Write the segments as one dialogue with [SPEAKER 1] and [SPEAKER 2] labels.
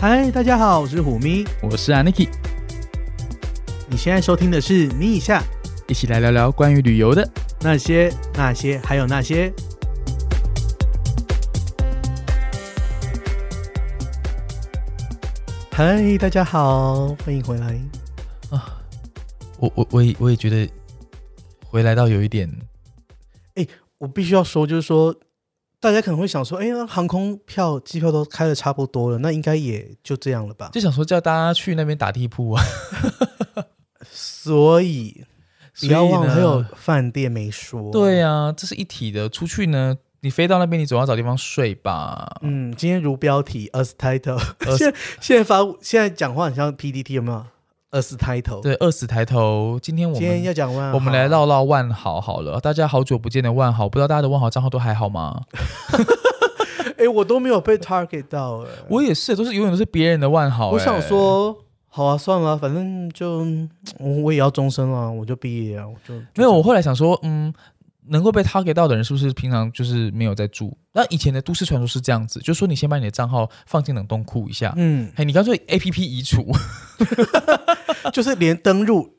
[SPEAKER 1] 嗨，大家好，我是虎咪。
[SPEAKER 2] 我是 Aniki，
[SPEAKER 1] 你现在收听的是《咪一下
[SPEAKER 2] 一起来聊聊关于旅游的。
[SPEAKER 1] 那些那些还有那些》。嗨，大家好，欢迎回来。
[SPEAKER 2] 我我我也我也觉得回来到有一点，
[SPEAKER 1] 我必须要说，就是说，大家可能会想说，哎、那航空票、机票都开的差不多了，那应该也就这样了吧？
[SPEAKER 2] 就想说叫大家去那边打地铺啊。
[SPEAKER 1] 所以不要忘了还
[SPEAKER 2] 所以
[SPEAKER 1] 有
[SPEAKER 2] 呢
[SPEAKER 1] 饭店没说。
[SPEAKER 2] 对啊，这是一体的。出去呢，你飞到那边，你总要找地方睡吧。
[SPEAKER 1] 嗯，今天如标题 as title，
[SPEAKER 2] Us-
[SPEAKER 1] 现在现在发现在讲话很像 PDT 有没有？as title，
[SPEAKER 2] 对，二十抬头。今天我
[SPEAKER 1] 今天
[SPEAKER 2] 们
[SPEAKER 1] 要讲万豪，
[SPEAKER 2] 我们来唠唠万豪好了。大家好久不见的万豪，不知道大家的万豪账号都还好吗？
[SPEAKER 1] 哎，我都没有被 target 到哎，
[SPEAKER 2] 我也是，都是永远都是别人的万豪、
[SPEAKER 1] 我想
[SPEAKER 2] 哎，
[SPEAKER 1] 说，好啊，算了啊，反正就嗯我也要终身了，我就毕业啊，我就
[SPEAKER 2] 没 有。我后来想说，嗯，能够被 target 到的人，是不是平常就是没有在住？那以前的都市传说是这样子，就说你先把你的账号放进冷冻库一下，
[SPEAKER 1] 嗯，
[SPEAKER 2] 嘿，你干脆 A P P 移除，
[SPEAKER 1] 就是连登入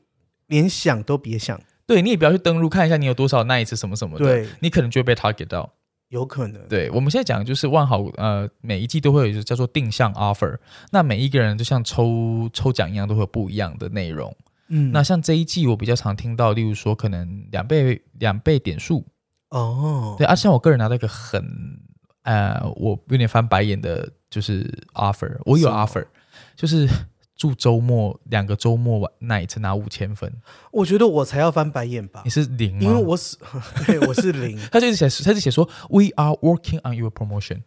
[SPEAKER 1] 连想都别想，
[SPEAKER 2] 对你也不要去登录看一下你有多少 nights 什么什么的，
[SPEAKER 1] 对，
[SPEAKER 2] 你可能就会被 target 到。
[SPEAKER 1] 有可能，
[SPEAKER 2] 对我们现在讲的就是万豪，呃，每一季都会有一个叫做定向 offer，那每一个人就像抽抽奖一样，都会有不一样的内容。
[SPEAKER 1] 嗯，
[SPEAKER 2] 那像这一季我比较常听到，例如说可能两倍两倍点数，
[SPEAKER 1] 哦，
[SPEAKER 2] 对啊，像我个人拿到一个很呃，我有点翻白眼的，就是 offer，我有
[SPEAKER 1] 什么
[SPEAKER 2] offer，就是 住周末两个周末晚 night 拿五千分，
[SPEAKER 1] 我觉得我才要翻白眼吧
[SPEAKER 2] 你，是零吗？
[SPEAKER 1] 因为我是 对我是 零，
[SPEAKER 2] 他就一直写，他就写说 We are working on your promotion。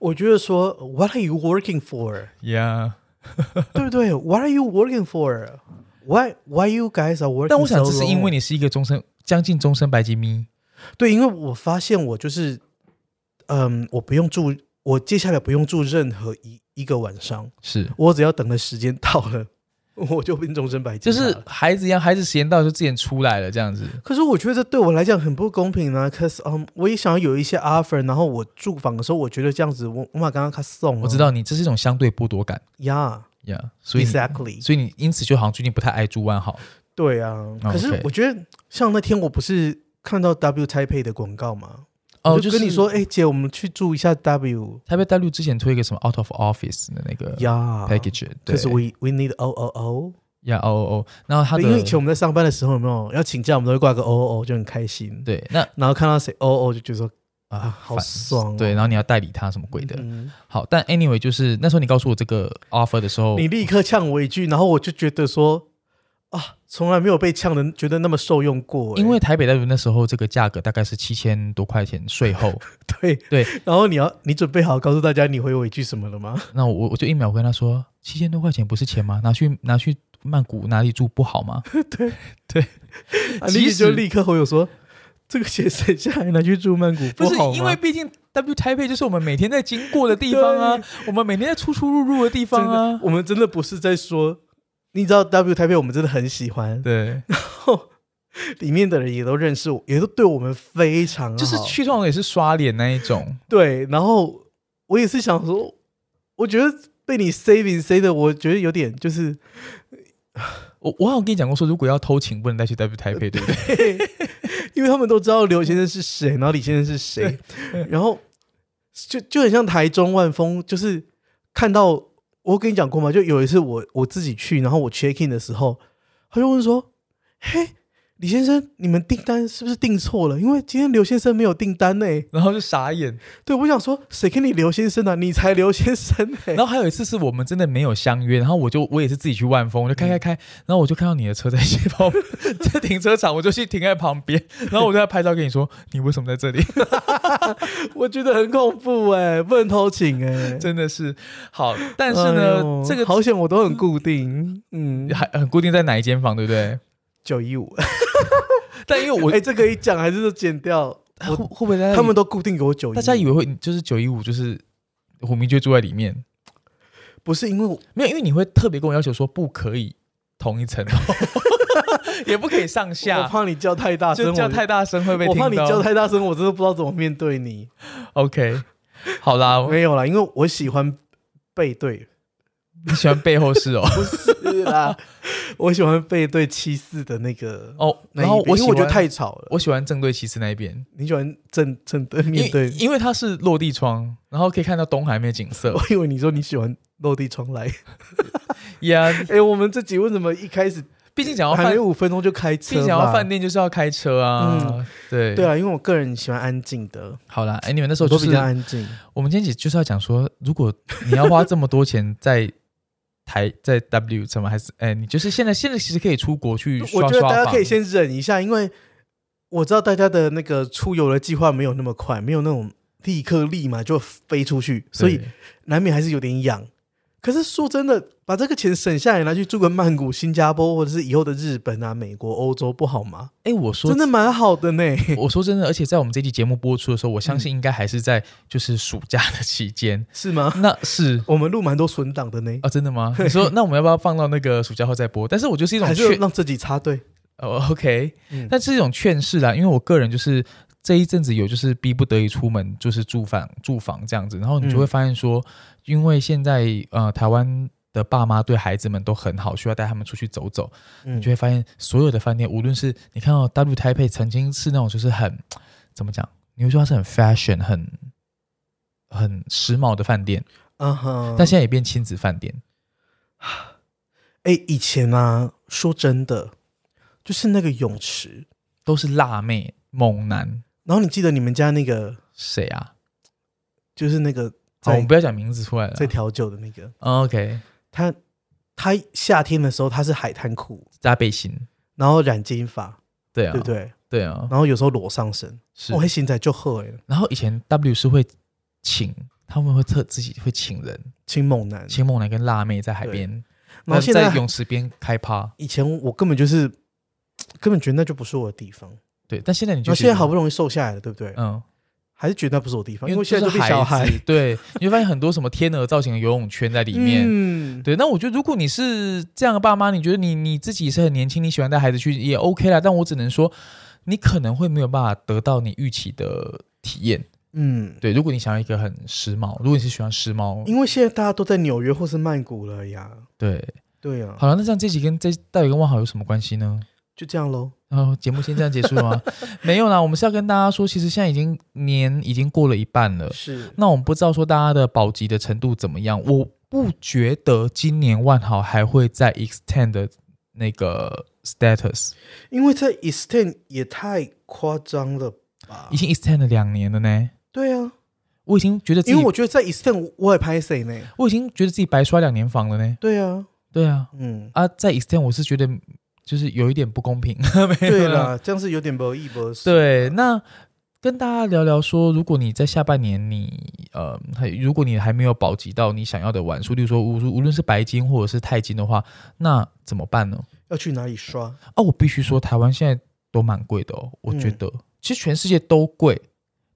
[SPEAKER 1] 我觉得说 What are you working for？
[SPEAKER 2] Yeah，
[SPEAKER 1] 对不对？What are you working for? Why Why you guys are working?
[SPEAKER 2] 但我想这是因为
[SPEAKER 1] 你
[SPEAKER 2] 你是一个终身将近终身白金咪，
[SPEAKER 1] 对，因为我发现我就是，嗯，我不用住，我接下来不用住任何一一个晚上，
[SPEAKER 2] 是
[SPEAKER 1] 我只要等的时间到了， 我就变终身白金
[SPEAKER 2] 就
[SPEAKER 1] 了。
[SPEAKER 2] 是孩子一样，孩子时间到就自己出来了这样子。
[SPEAKER 1] 可是我觉得这对我来讲很不公平啊，cause 嗯、我也想要有一些 offer，然后我住房的时候，我觉得这样子，我我把刚刚他送啊了，
[SPEAKER 2] 我知道你这是一种相对剥夺感
[SPEAKER 1] 呀、
[SPEAKER 2] ，Yeah，所以
[SPEAKER 1] e x a c t l y
[SPEAKER 2] 所以你因此就好像最近不太爱住万豪，
[SPEAKER 1] 对啊。
[SPEAKER 2] OK
[SPEAKER 1] 可是我觉得像那天我不是看到 W Taipei 的广告吗？
[SPEAKER 2] 哦，
[SPEAKER 1] 我就跟你
[SPEAKER 2] 是
[SPEAKER 1] 说，哎、姐，我们去住一下 W
[SPEAKER 2] 台北大陆之前推一个什么 out of office 的那个
[SPEAKER 1] 呀
[SPEAKER 2] package，对
[SPEAKER 1] ，cause we we need O O O。
[SPEAKER 2] 呀哦哦哦，然后他
[SPEAKER 1] 对
[SPEAKER 2] 的
[SPEAKER 1] 因为以前我们在上班的时候，有没有要请假，我们都会挂个 O O O，就很开心。
[SPEAKER 2] 对那
[SPEAKER 1] 然后看到谁 O O 就觉得说啊，
[SPEAKER 2] 啊
[SPEAKER 1] 好
[SPEAKER 2] 烦
[SPEAKER 1] 爽、哦。
[SPEAKER 2] 对，然后你要代理他什么鬼的，
[SPEAKER 1] 嗯
[SPEAKER 2] 好，但 anyway 就是那时候你告诉我这个 offer 的时候，
[SPEAKER 1] 你立刻呛我一句，然后我就觉得说啊，从来没有被呛的觉得那么受用过、哎
[SPEAKER 2] 因为台北大陆那时候这个价格大概是七千多块钱税 后，
[SPEAKER 1] 对
[SPEAKER 2] 对，
[SPEAKER 1] 然后你要你准备好告诉大家你回我一句什么了吗？
[SPEAKER 2] 那我我就一秒跟他说，七千多块钱不是钱吗？拿去拿去曼谷哪里住不好吗？
[SPEAKER 1] 啊，
[SPEAKER 2] 其
[SPEAKER 1] 你就
[SPEAKER 2] 实
[SPEAKER 1] 立刻回我说，这个钱省下来拿去住曼谷
[SPEAKER 2] 不是
[SPEAKER 1] 好吗？
[SPEAKER 2] 因为毕竟 W 台北就是我们每天在经过的地方 啊，我们每天在出出入入的地
[SPEAKER 1] 真
[SPEAKER 2] 方
[SPEAKER 1] 的
[SPEAKER 2] 啊，，
[SPEAKER 1] 我们真的不是在说，你知道 W 台北我们真的很喜欢，
[SPEAKER 2] 对，
[SPEAKER 1] 里面的人也都认识我，也都对我们非常好，
[SPEAKER 2] 就是去通常也是刷脸那一种。
[SPEAKER 1] 对，然后我也是想说，我觉得被你 saving say 的，我觉得有点就是
[SPEAKER 2] 我我好像跟你讲过说，如果要偷情，不能带去 W 台北， 对不对？
[SPEAKER 1] 因为他们都知道刘先生是谁，然后李先生是谁，然后就就很像台中万丰，就是看到我跟你讲过嘛，就有一次我我自己去，然后我 check in 的时候，他就问说：“嘿，李先生，你们订单是不是订错了？因为今天刘先生没有订单呢、
[SPEAKER 2] 然后就傻眼。
[SPEAKER 1] 对，我想说，谁跟你刘先生啊？你才刘先生呢、
[SPEAKER 2] 然后还有一次是我们真的没有相约，然后我就我也是自己去万丰，我就开开开，然后我就看到你的车在斜旁 在停车场，我就去停在旁 边，然后我就在拍照跟你说，你为什么在这里？
[SPEAKER 1] 我觉得很恐怖哎、不能偷情哎、
[SPEAKER 2] 真的是好，但是呢，
[SPEAKER 1] 哎呦
[SPEAKER 2] 这个
[SPEAKER 1] 好险，我都很固定，嗯，
[SPEAKER 2] 还很固定在哪一间房，对不 对？
[SPEAKER 1] 九一五。
[SPEAKER 2] 但因为我
[SPEAKER 1] 哎、这可以讲还是剪掉？
[SPEAKER 2] 会会不会大家
[SPEAKER 1] 他们都固定给我九一五，
[SPEAKER 2] 大家以为会就是九一五就是虎明就住在里面，
[SPEAKER 1] 不是因为我
[SPEAKER 2] 没有，因为你会特别跟我要求说不可以同一层楼， 也不可以上
[SPEAKER 1] 我
[SPEAKER 2] 下，
[SPEAKER 1] 怕你叫太大声，
[SPEAKER 2] 就叫太大声会被
[SPEAKER 1] 我我
[SPEAKER 2] 听到。
[SPEAKER 1] 怕你叫太大声，我真的不知道怎么面对你。
[SPEAKER 2] OK，好啦，
[SPEAKER 1] 哦没有啦，因为我喜欢背对
[SPEAKER 2] 你喜欢背后是 哦
[SPEAKER 1] 不是啊啦， 我喜欢背对七四的那个
[SPEAKER 2] 哦，
[SPEAKER 1] 那一边，
[SPEAKER 2] 然后我
[SPEAKER 1] 因
[SPEAKER 2] 喜
[SPEAKER 1] 为我
[SPEAKER 2] 欢
[SPEAKER 1] 觉得太吵了，
[SPEAKER 2] 我喜欢正对骑士那一边，
[SPEAKER 1] 你喜欢正正对
[SPEAKER 2] 因
[SPEAKER 1] 面对
[SPEAKER 2] 为，因为它是落地窗，然后可以看到东海面景 色
[SPEAKER 1] 我以为你说你喜欢落地窗来，
[SPEAKER 2] 呀。
[SPEAKER 1] 哎、我们这集为什么一开始
[SPEAKER 2] 毕竟讲到
[SPEAKER 1] 还
[SPEAKER 2] 饭
[SPEAKER 1] 没，五分钟就开
[SPEAKER 2] 毕竟
[SPEAKER 1] 车
[SPEAKER 2] 讲到
[SPEAKER 1] 嘛？
[SPEAKER 2] 饭店就是要开车啊
[SPEAKER 1] 嗯。
[SPEAKER 2] 对
[SPEAKER 1] 对啊，因为我个人喜欢安静的，
[SPEAKER 2] 好啦，哎，你们那时候
[SPEAKER 1] 我都
[SPEAKER 2] 就
[SPEAKER 1] 比较
[SPEAKER 2] 是
[SPEAKER 1] 安静。
[SPEAKER 2] 我们今天就是要讲说，如果你要花这么多钱在台在 W 怎么还是哎，你就是现在现在其实可以出国去
[SPEAKER 1] 我
[SPEAKER 2] 刷
[SPEAKER 1] 觉得
[SPEAKER 2] 刷
[SPEAKER 1] 大家
[SPEAKER 2] 房
[SPEAKER 1] 可以先忍一下，因为我知道大家的那个出游的计划没有那么快，没有那种立刻立马就飞出去，所以
[SPEAKER 2] 对
[SPEAKER 1] 难免还是有点痒。可是说真的，把这个钱省下来拿去住个曼谷、新加坡，或者是以后的日本啊、美国、欧洲，不好吗？
[SPEAKER 2] 哎，我说
[SPEAKER 1] 真的蛮好的呢。
[SPEAKER 2] 我说真的，而且在我们这期节目播出的时候，我相信应该还是在就是暑假的期间。
[SPEAKER 1] 是吗？
[SPEAKER 2] 那是
[SPEAKER 1] 我们录蛮多存档的呢，
[SPEAKER 2] 啊，真的吗？你说那我们要不要放到那个暑假后再播？但是我就是呃一种
[SPEAKER 1] 还是
[SPEAKER 2] 劝
[SPEAKER 1] 让自己插队。
[SPEAKER 2] 哦，OK，
[SPEAKER 1] 嗯
[SPEAKER 2] 但是一种劝世啦，因为我个人就是这一阵子有就是逼不得已出门，就是住房住房这样子，然后
[SPEAKER 1] 嗯
[SPEAKER 2] 你就会发现说，因为现在呃台湾。的爸妈对孩子们都很好，需要带他们出去走走，
[SPEAKER 1] 嗯
[SPEAKER 2] 你就会发现所有的饭店，无论是你看到 W 台北曾经是那种就是很怎么讲，你会说它是很 fashion、很很时髦的饭店，
[SPEAKER 1] 嗯哼，
[SPEAKER 2] 但现在也变亲子饭店。
[SPEAKER 1] 哎、以前啊，说真的，就是那个泳池，
[SPEAKER 2] 都是辣妹猛男，
[SPEAKER 1] 然后你记得你们家那个，
[SPEAKER 2] 谁啊？哦
[SPEAKER 1] 就是那个
[SPEAKER 2] 好，我啊
[SPEAKER 1] 在、
[SPEAKER 2] 们不要讲名字出来了。
[SPEAKER 1] 在调酒的那个，
[SPEAKER 2] 嗯 OK，
[SPEAKER 1] 他他夏天的时候他是海滩裤，
[SPEAKER 2] 加背心，
[SPEAKER 1] 然后染金发，
[SPEAKER 2] 对啊，
[SPEAKER 1] 对不对？
[SPEAKER 2] 对啊，
[SPEAKER 1] 然后有时候裸上身，
[SPEAKER 2] 是
[SPEAKER 1] 我。会现在就喝哎，
[SPEAKER 2] 然后以前 W 是会请，他们会特自己会请人，
[SPEAKER 1] 青猛男。
[SPEAKER 2] 请猛男跟辣妹在海边，
[SPEAKER 1] 然后
[SPEAKER 2] 那
[SPEAKER 1] 现在
[SPEAKER 2] 在泳池边开趴。
[SPEAKER 1] 以前我根本就是根本觉得那就不是我的地方，
[SPEAKER 2] 对，但现在你
[SPEAKER 1] 然
[SPEAKER 2] 就
[SPEAKER 1] 后
[SPEAKER 2] 觉
[SPEAKER 1] 现
[SPEAKER 2] 得
[SPEAKER 1] 在好不容易瘦下来了，对不对？
[SPEAKER 2] 嗯，
[SPEAKER 1] 还是觉得那不是我的地方，因为
[SPEAKER 2] 就
[SPEAKER 1] 现在
[SPEAKER 2] 是
[SPEAKER 1] 都变小孩
[SPEAKER 2] 子，对，你会发现很多什么天鹅造型的游泳圈在里面。
[SPEAKER 1] 嗯，
[SPEAKER 2] 对，那我觉得如果你是这样的爸妈，你觉得你你自己是很年轻，你喜欢带孩子去也 OK 啦。但我只能说，你可能会没有办法得到你预期的体验。
[SPEAKER 1] 嗯。
[SPEAKER 2] 对，如果你想要一个很时髦，如果你是喜欢时髦，
[SPEAKER 1] 因为现在大家都在纽约或是曼谷了呀。
[SPEAKER 2] 对，
[SPEAKER 1] 对呀、啊，
[SPEAKER 2] 好了，那这样这集跟这到底跟万豪有什么关系呢？
[SPEAKER 1] 就这样喽。
[SPEAKER 2] 然后节目先这样结束了吗？ 没有啦，我们是要跟大家说，其实现在已经年已经过了一半了。
[SPEAKER 1] 是，
[SPEAKER 2] 那我们不知道说大家的保级的程度怎么样，我不觉得今年万豪还会再 extend 的那个 status，
[SPEAKER 1] 因为这 extend 也太夸张了吧
[SPEAKER 2] 已？经 extend 了两年了呢。
[SPEAKER 1] 对啊，
[SPEAKER 2] 我已经觉得自
[SPEAKER 1] 因
[SPEAKER 2] 己，
[SPEAKER 1] 为
[SPEAKER 2] 我
[SPEAKER 1] 我觉得在 extend 我也拍谁呢？
[SPEAKER 2] 已经觉得自己白刷两年房了呢。
[SPEAKER 1] 对啊，
[SPEAKER 2] 对啊，
[SPEAKER 1] 嗯，
[SPEAKER 2] 啊，在 extend 我是觉得就是有一点不公平。没有
[SPEAKER 1] 对
[SPEAKER 2] 啦，
[SPEAKER 1] 啦，这样是有点不义不义。
[SPEAKER 2] 啊对，那跟大家聊聊说，如果你在下半年你呃，还如果你还没有保级到你想要的晚数，例如说无无论是白金或者是钛金的话，那怎么办呢？
[SPEAKER 1] 要去哪里刷？
[SPEAKER 2] 啊，我必须说，台湾现在都蛮贵的哦，我觉
[SPEAKER 1] 嗯
[SPEAKER 2] 得、其实全世界都贵，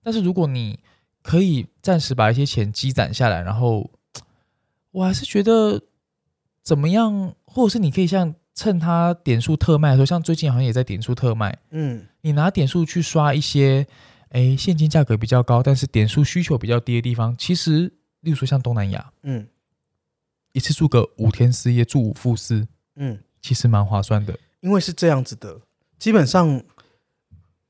[SPEAKER 2] 但是如果你可以暂时把一些钱积攒下来，然后我还是觉得怎么样，或者是你可以像趁它点数特卖的时候，像最近好像也在点数特卖，
[SPEAKER 1] 嗯，
[SPEAKER 2] 你拿点数去刷一些，哎，现金价格比较高，但是点数需求比较低的地方，其实例如说像东南亚，
[SPEAKER 1] 嗯
[SPEAKER 2] 一次住个五天四夜，住五付四，
[SPEAKER 1] 嗯，
[SPEAKER 2] 其实蛮划算的。
[SPEAKER 1] 因为是这样子的，基本上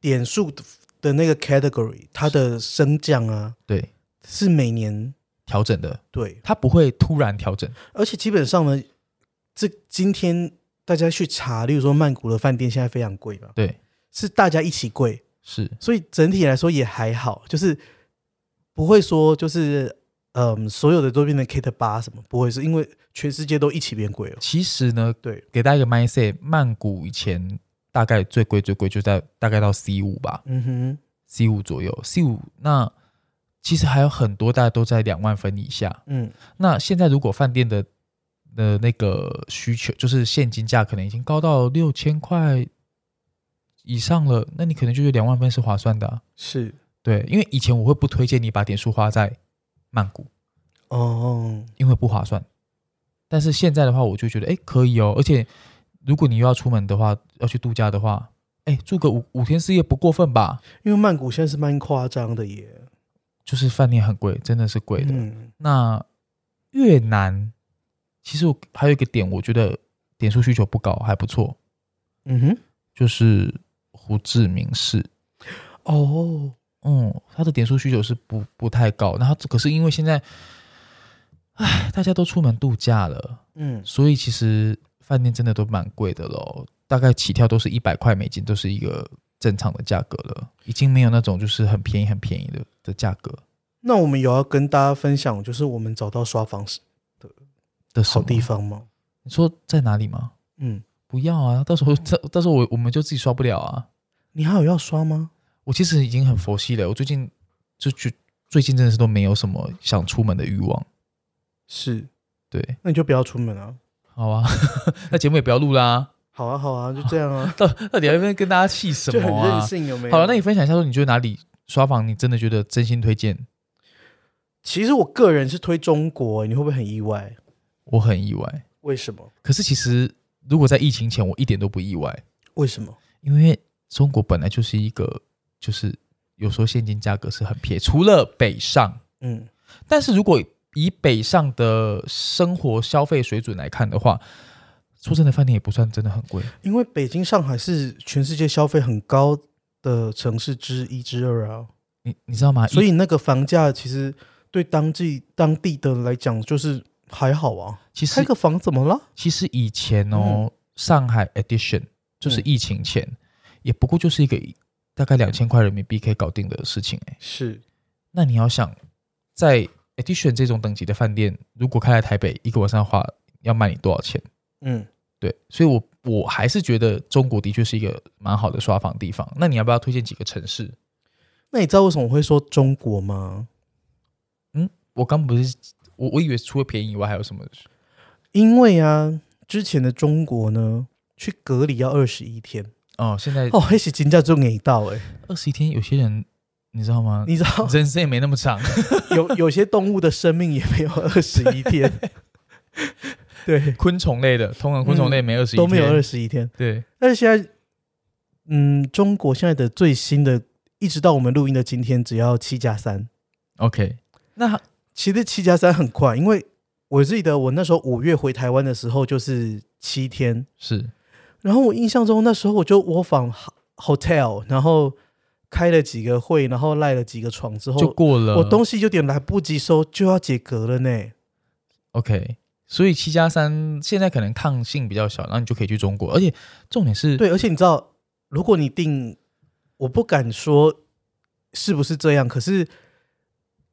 [SPEAKER 1] 点数的的那个 category，它的升降啊
[SPEAKER 2] 对，
[SPEAKER 1] 是每年
[SPEAKER 2] 调整的，
[SPEAKER 1] 对，
[SPEAKER 2] 它不会突然调整。
[SPEAKER 1] 而且基本上呢，这今天大家去查，例如说曼谷的饭店现在非常贵嘛，
[SPEAKER 2] 对，
[SPEAKER 1] 是大家一起贵，
[SPEAKER 2] 是
[SPEAKER 1] 所以整体来说也还好，就是不会说就是嗯，所有的都变成 K 的八什么，不会是因为全世界都一起变贵了。
[SPEAKER 2] 其实呢，
[SPEAKER 1] 对，
[SPEAKER 2] 给大家一个 mindset，曼谷以前大概最贵最贵就在大概到 C 五吧
[SPEAKER 1] 嗯哼，
[SPEAKER 2] ，C 五左右，C 五那其实还有很多大家都在两万分以下。
[SPEAKER 1] 嗯
[SPEAKER 2] 那现在如果饭店的的那个需求，就是现金价可能已经高到六千块以上了，那你可能就觉得两万分是划算的啊、
[SPEAKER 1] 是
[SPEAKER 2] 对，因为以前我会不推荐你把点数花在曼谷，
[SPEAKER 1] 哦，
[SPEAKER 2] 因为不划算。但是现在的话，我就觉得哎可以哦，而且如果你又要出门的话，要去度假的话，哎住个五五天四夜不过分吧？
[SPEAKER 1] 因为曼谷现在是蛮夸张的耶，
[SPEAKER 2] 就是饭店很贵，真的是贵的。
[SPEAKER 1] 嗯
[SPEAKER 2] 那越南其实我还有一个点，我觉得点数需求不高，还不错，
[SPEAKER 1] 嗯哼，
[SPEAKER 2] 就是胡志明市。
[SPEAKER 1] 哦，
[SPEAKER 2] 嗯，他的点数需求是不不太高，然后可是因为现在，唉，大家都出门度假了，
[SPEAKER 1] 嗯，
[SPEAKER 2] 所以其实饭店真的都蛮贵的喽，大概起跳都是一百块美金，都是一个正常的价格了，已经没有那种就是很便宜很便宜的的价格
[SPEAKER 1] 那我们有要跟大家分享，就是我们找到刷房是
[SPEAKER 2] 的
[SPEAKER 1] 好地
[SPEAKER 2] 方。
[SPEAKER 1] 方吗？
[SPEAKER 2] 你说在哪里吗？
[SPEAKER 1] 嗯，
[SPEAKER 2] 不要啊，到时候到到时候我我们就自己刷不了啊。
[SPEAKER 1] 你还有要刷吗？
[SPEAKER 2] 我其实已经很佛系了，我最近就就最近真的是都没有什么想出门的欲望。
[SPEAKER 1] 是，
[SPEAKER 2] 对，
[SPEAKER 1] 那你就不要出门啊。
[SPEAKER 2] 好啊， 那节目也不要录啦。
[SPEAKER 1] 好啊，好啊，就这样 啊，
[SPEAKER 2] 到到底要不要跟大家气什
[SPEAKER 1] 就
[SPEAKER 2] 么
[SPEAKER 1] 很任
[SPEAKER 2] 啊？
[SPEAKER 1] 性，有没有？
[SPEAKER 2] 好了，那你分享一下说，你觉得哪里刷房你真的觉得真心推荐？
[SPEAKER 1] 其实我个人是推中国，你会不会很意外？
[SPEAKER 2] 我很意外。
[SPEAKER 1] 为什么？
[SPEAKER 2] 可是其实如果在疫情前，我一点都不意外，
[SPEAKER 1] 为什么？
[SPEAKER 2] 因为中国本来就是一个就是有时候现金价格是很便宜，除了北上，
[SPEAKER 1] 嗯，
[SPEAKER 2] 但是如果以北上的生活消费水准来看的话，说真的，饭店也不算真的很贵。
[SPEAKER 1] 因为北京、上海是全世界消费很高的城市之一之二啊，
[SPEAKER 2] 你你知道吗？
[SPEAKER 1] 所以那个房价其实对当地当地的来讲就是还好啊。
[SPEAKER 2] 其实
[SPEAKER 1] 开个嗯房怎么了？
[SPEAKER 2] 其实以前哦，上海 edition 就是疫情前，也不过就是一个大概两千块人民币可以搞定的事情哎。
[SPEAKER 1] 是
[SPEAKER 2] 那你要想，在 edition 这种等级的饭店，如果开来台北一个晚上的话，要卖你多少钱？
[SPEAKER 1] 嗯，
[SPEAKER 2] 对，所以我我还是觉得中国的确是一个蛮好的刷房地方。那你要不要推荐几个城市？
[SPEAKER 1] 那你知道为什么我会说中国吗？
[SPEAKER 2] 我刚不是我我以为除了便宜以外还有什么？
[SPEAKER 1] 因为啊，之前的中国呢，去隔离要二十一天
[SPEAKER 2] 哦，现在
[SPEAKER 1] 哦，那是金价就给到哎、
[SPEAKER 2] 二十一天，有些人你知道吗？
[SPEAKER 1] 你知道
[SPEAKER 2] 人生也没那 么长。
[SPEAKER 1] 有有些动物的生命也没有二十一天， 对，
[SPEAKER 2] 昆虫类的，通常昆虫类没二十一
[SPEAKER 1] 都没嗯有二十一天。
[SPEAKER 2] 对，
[SPEAKER 1] 但是现在，嗯，中国现在的最新的，一直到我们录音的今天，只要七加三。
[SPEAKER 2] OK，那
[SPEAKER 1] 其实七加三很快，因为我记得我那时候五月回台湾的时候就是七天，
[SPEAKER 2] 是
[SPEAKER 1] 然后我印象中那时候我就窝房 hotel，然后开了几个会，然后赖了几个床之
[SPEAKER 2] 就呃
[SPEAKER 1] 后，
[SPEAKER 2] 过了。
[SPEAKER 1] 我东西有点来不及收，就要解隔了呢。
[SPEAKER 2] OK，所以七加三现在可能抗性比较小，然后你就可以去中国，而且重点是，
[SPEAKER 1] 对，而且你知道，如果你订，我不敢说是不是这样，可是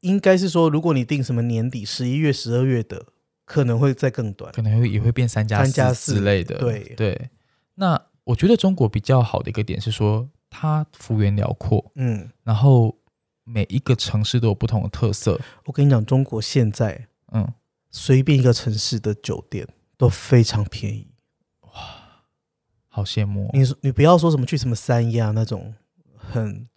[SPEAKER 1] 应该是说，如果你订什么年底十一月、十二月的，可能会再更短。
[SPEAKER 2] 可能会也会变三加
[SPEAKER 1] 三加四
[SPEAKER 2] 之类的。
[SPEAKER 1] 对
[SPEAKER 2] 对，那我觉得中国比较好的一个点是说，它幅员辽阔，
[SPEAKER 1] 嗯，
[SPEAKER 2] 然后每一个城市都有不同的特色。
[SPEAKER 1] 我跟你讲，中国现在
[SPEAKER 2] 嗯，
[SPEAKER 1] 随便一个城市的酒店都非常便宜。
[SPEAKER 2] 好羡慕哦、
[SPEAKER 1] 你说你不要说什么去什么三亚那种，很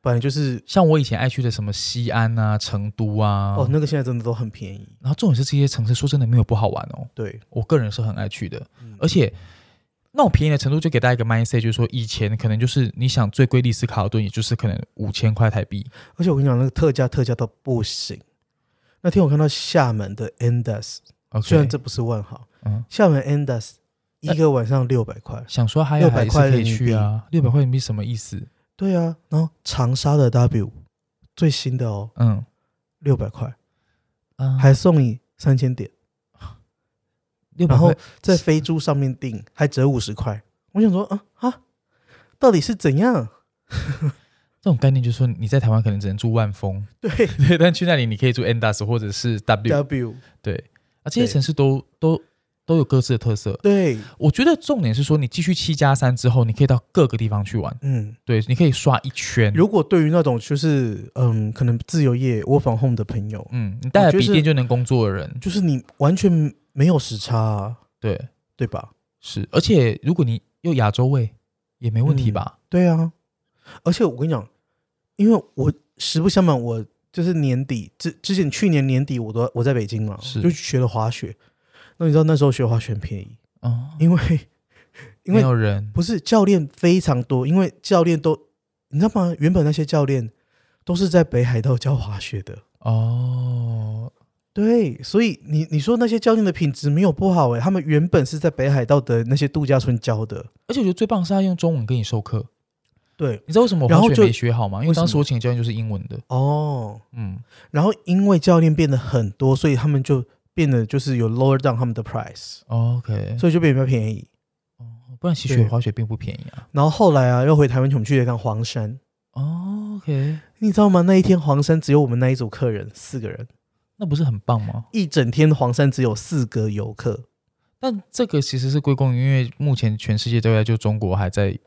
[SPEAKER 1] 本来就是、
[SPEAKER 2] 像我以前爱去的什么西安啊、成都啊，
[SPEAKER 1] 哦，那个现在真的都很便宜。
[SPEAKER 2] 然后重点是这些城市说真的没有不好玩哦，
[SPEAKER 1] 对，
[SPEAKER 2] 我个人是很爱去的。
[SPEAKER 1] 嗯
[SPEAKER 2] 而且那种便宜的程度，就给大家一个 mindset，就是说以前可能就是你想最贵丽思卡尔顿，也就是可能五千块台币。
[SPEAKER 1] 而且我跟你讲，那个特价特价到不行。那天我看到厦门的 Andas，
[SPEAKER 2] OK，
[SPEAKER 1] 虽然这不是万豪，
[SPEAKER 2] 嗯，
[SPEAKER 1] 厦门 Andas 一个晚上六百块，
[SPEAKER 2] 想说还有
[SPEAKER 1] 600
[SPEAKER 2] 还是
[SPEAKER 1] 块
[SPEAKER 2] 可以
[SPEAKER 1] 人民
[SPEAKER 2] 去啊，六百块人民币什么意思？
[SPEAKER 1] 对啊，然后长沙的 W 最新的哦，
[SPEAKER 2] 嗯
[SPEAKER 1] 六百块，
[SPEAKER 2] 啊，
[SPEAKER 1] 还送你三千点，
[SPEAKER 2] 六百
[SPEAKER 1] 然后
[SPEAKER 2] 块，
[SPEAKER 1] 在飞猪上面订还折五十块，我想说啊啊，到底是怎样？
[SPEAKER 2] 这种概念就是说你在台湾可能只能住 万丰，
[SPEAKER 1] 对
[SPEAKER 2] 对，但去那里你可以住 Endas 或者是 W，
[SPEAKER 1] W
[SPEAKER 2] 对，啊，这些
[SPEAKER 1] 对
[SPEAKER 2] 城市都都都有各自的特色。
[SPEAKER 1] 对，
[SPEAKER 2] 我觉得重点是说，你继续七加三之后，你可以到各个地方去玩，
[SPEAKER 1] 嗯，
[SPEAKER 2] 对，你可以刷一圈。
[SPEAKER 1] 如果对于那种就是嗯，可能自由业窝房 home 的朋友，
[SPEAKER 2] 嗯，你带来
[SPEAKER 1] 我觉得
[SPEAKER 2] 笔
[SPEAKER 1] 是
[SPEAKER 2] 电就能工作的人，
[SPEAKER 1] 就是你完全没有时差、啊，
[SPEAKER 2] 对，
[SPEAKER 1] 对吧？
[SPEAKER 2] 是，而且如果你有亚洲味，也没问题吧？
[SPEAKER 1] 对啊，而且我跟你讲，因为我实不相瞒，我就是年底之之前去年年底我都我在北京嘛，
[SPEAKER 2] 是
[SPEAKER 1] 就学了滑雪。那你知道那时候学滑雪很便宜，
[SPEAKER 2] 哦，
[SPEAKER 1] 因为嗯 因
[SPEAKER 2] 没
[SPEAKER 1] 为
[SPEAKER 2] 有人
[SPEAKER 1] 不是教练非常多，因为教练都你知道吗？原本那些教练都是在北海道教滑雪的，
[SPEAKER 2] 哦，
[SPEAKER 1] 对，所以你你说那些教练的品质没有不好诶、欸他们原本是在北海道的那些度假村教的，
[SPEAKER 2] 而且我觉得最棒是他用中文跟你授课，
[SPEAKER 1] 对
[SPEAKER 2] 你知道为什么我
[SPEAKER 1] 然后
[SPEAKER 2] 滑雪
[SPEAKER 1] 就
[SPEAKER 2] 没学好吗？因
[SPEAKER 1] 为
[SPEAKER 2] 为
[SPEAKER 1] 什么
[SPEAKER 2] 当时我请的教练就是英文的，
[SPEAKER 1] 哦。
[SPEAKER 2] 嗯，
[SPEAKER 1] 然后因为教练变得很多，所以他们就变得就是有 lower down 他们的 price，
[SPEAKER 2] 嗯哦 OK，
[SPEAKER 1] 所以就变得比较便宜。
[SPEAKER 2] 哦不然其
[SPEAKER 1] 对
[SPEAKER 2] 实滑雪并不便宜啊。
[SPEAKER 1] 然后后来啊，又回台湾去，我们去了一趟黄山，
[SPEAKER 2] 哦 OK，
[SPEAKER 1] 你知道吗？那一天黄山只有我们那一组客人四个人，
[SPEAKER 2] 那不是很棒吗？
[SPEAKER 1] 一整天黄山只有四个游客，
[SPEAKER 2] 但这个其实是归功于，因为目前全世界都在就中国还在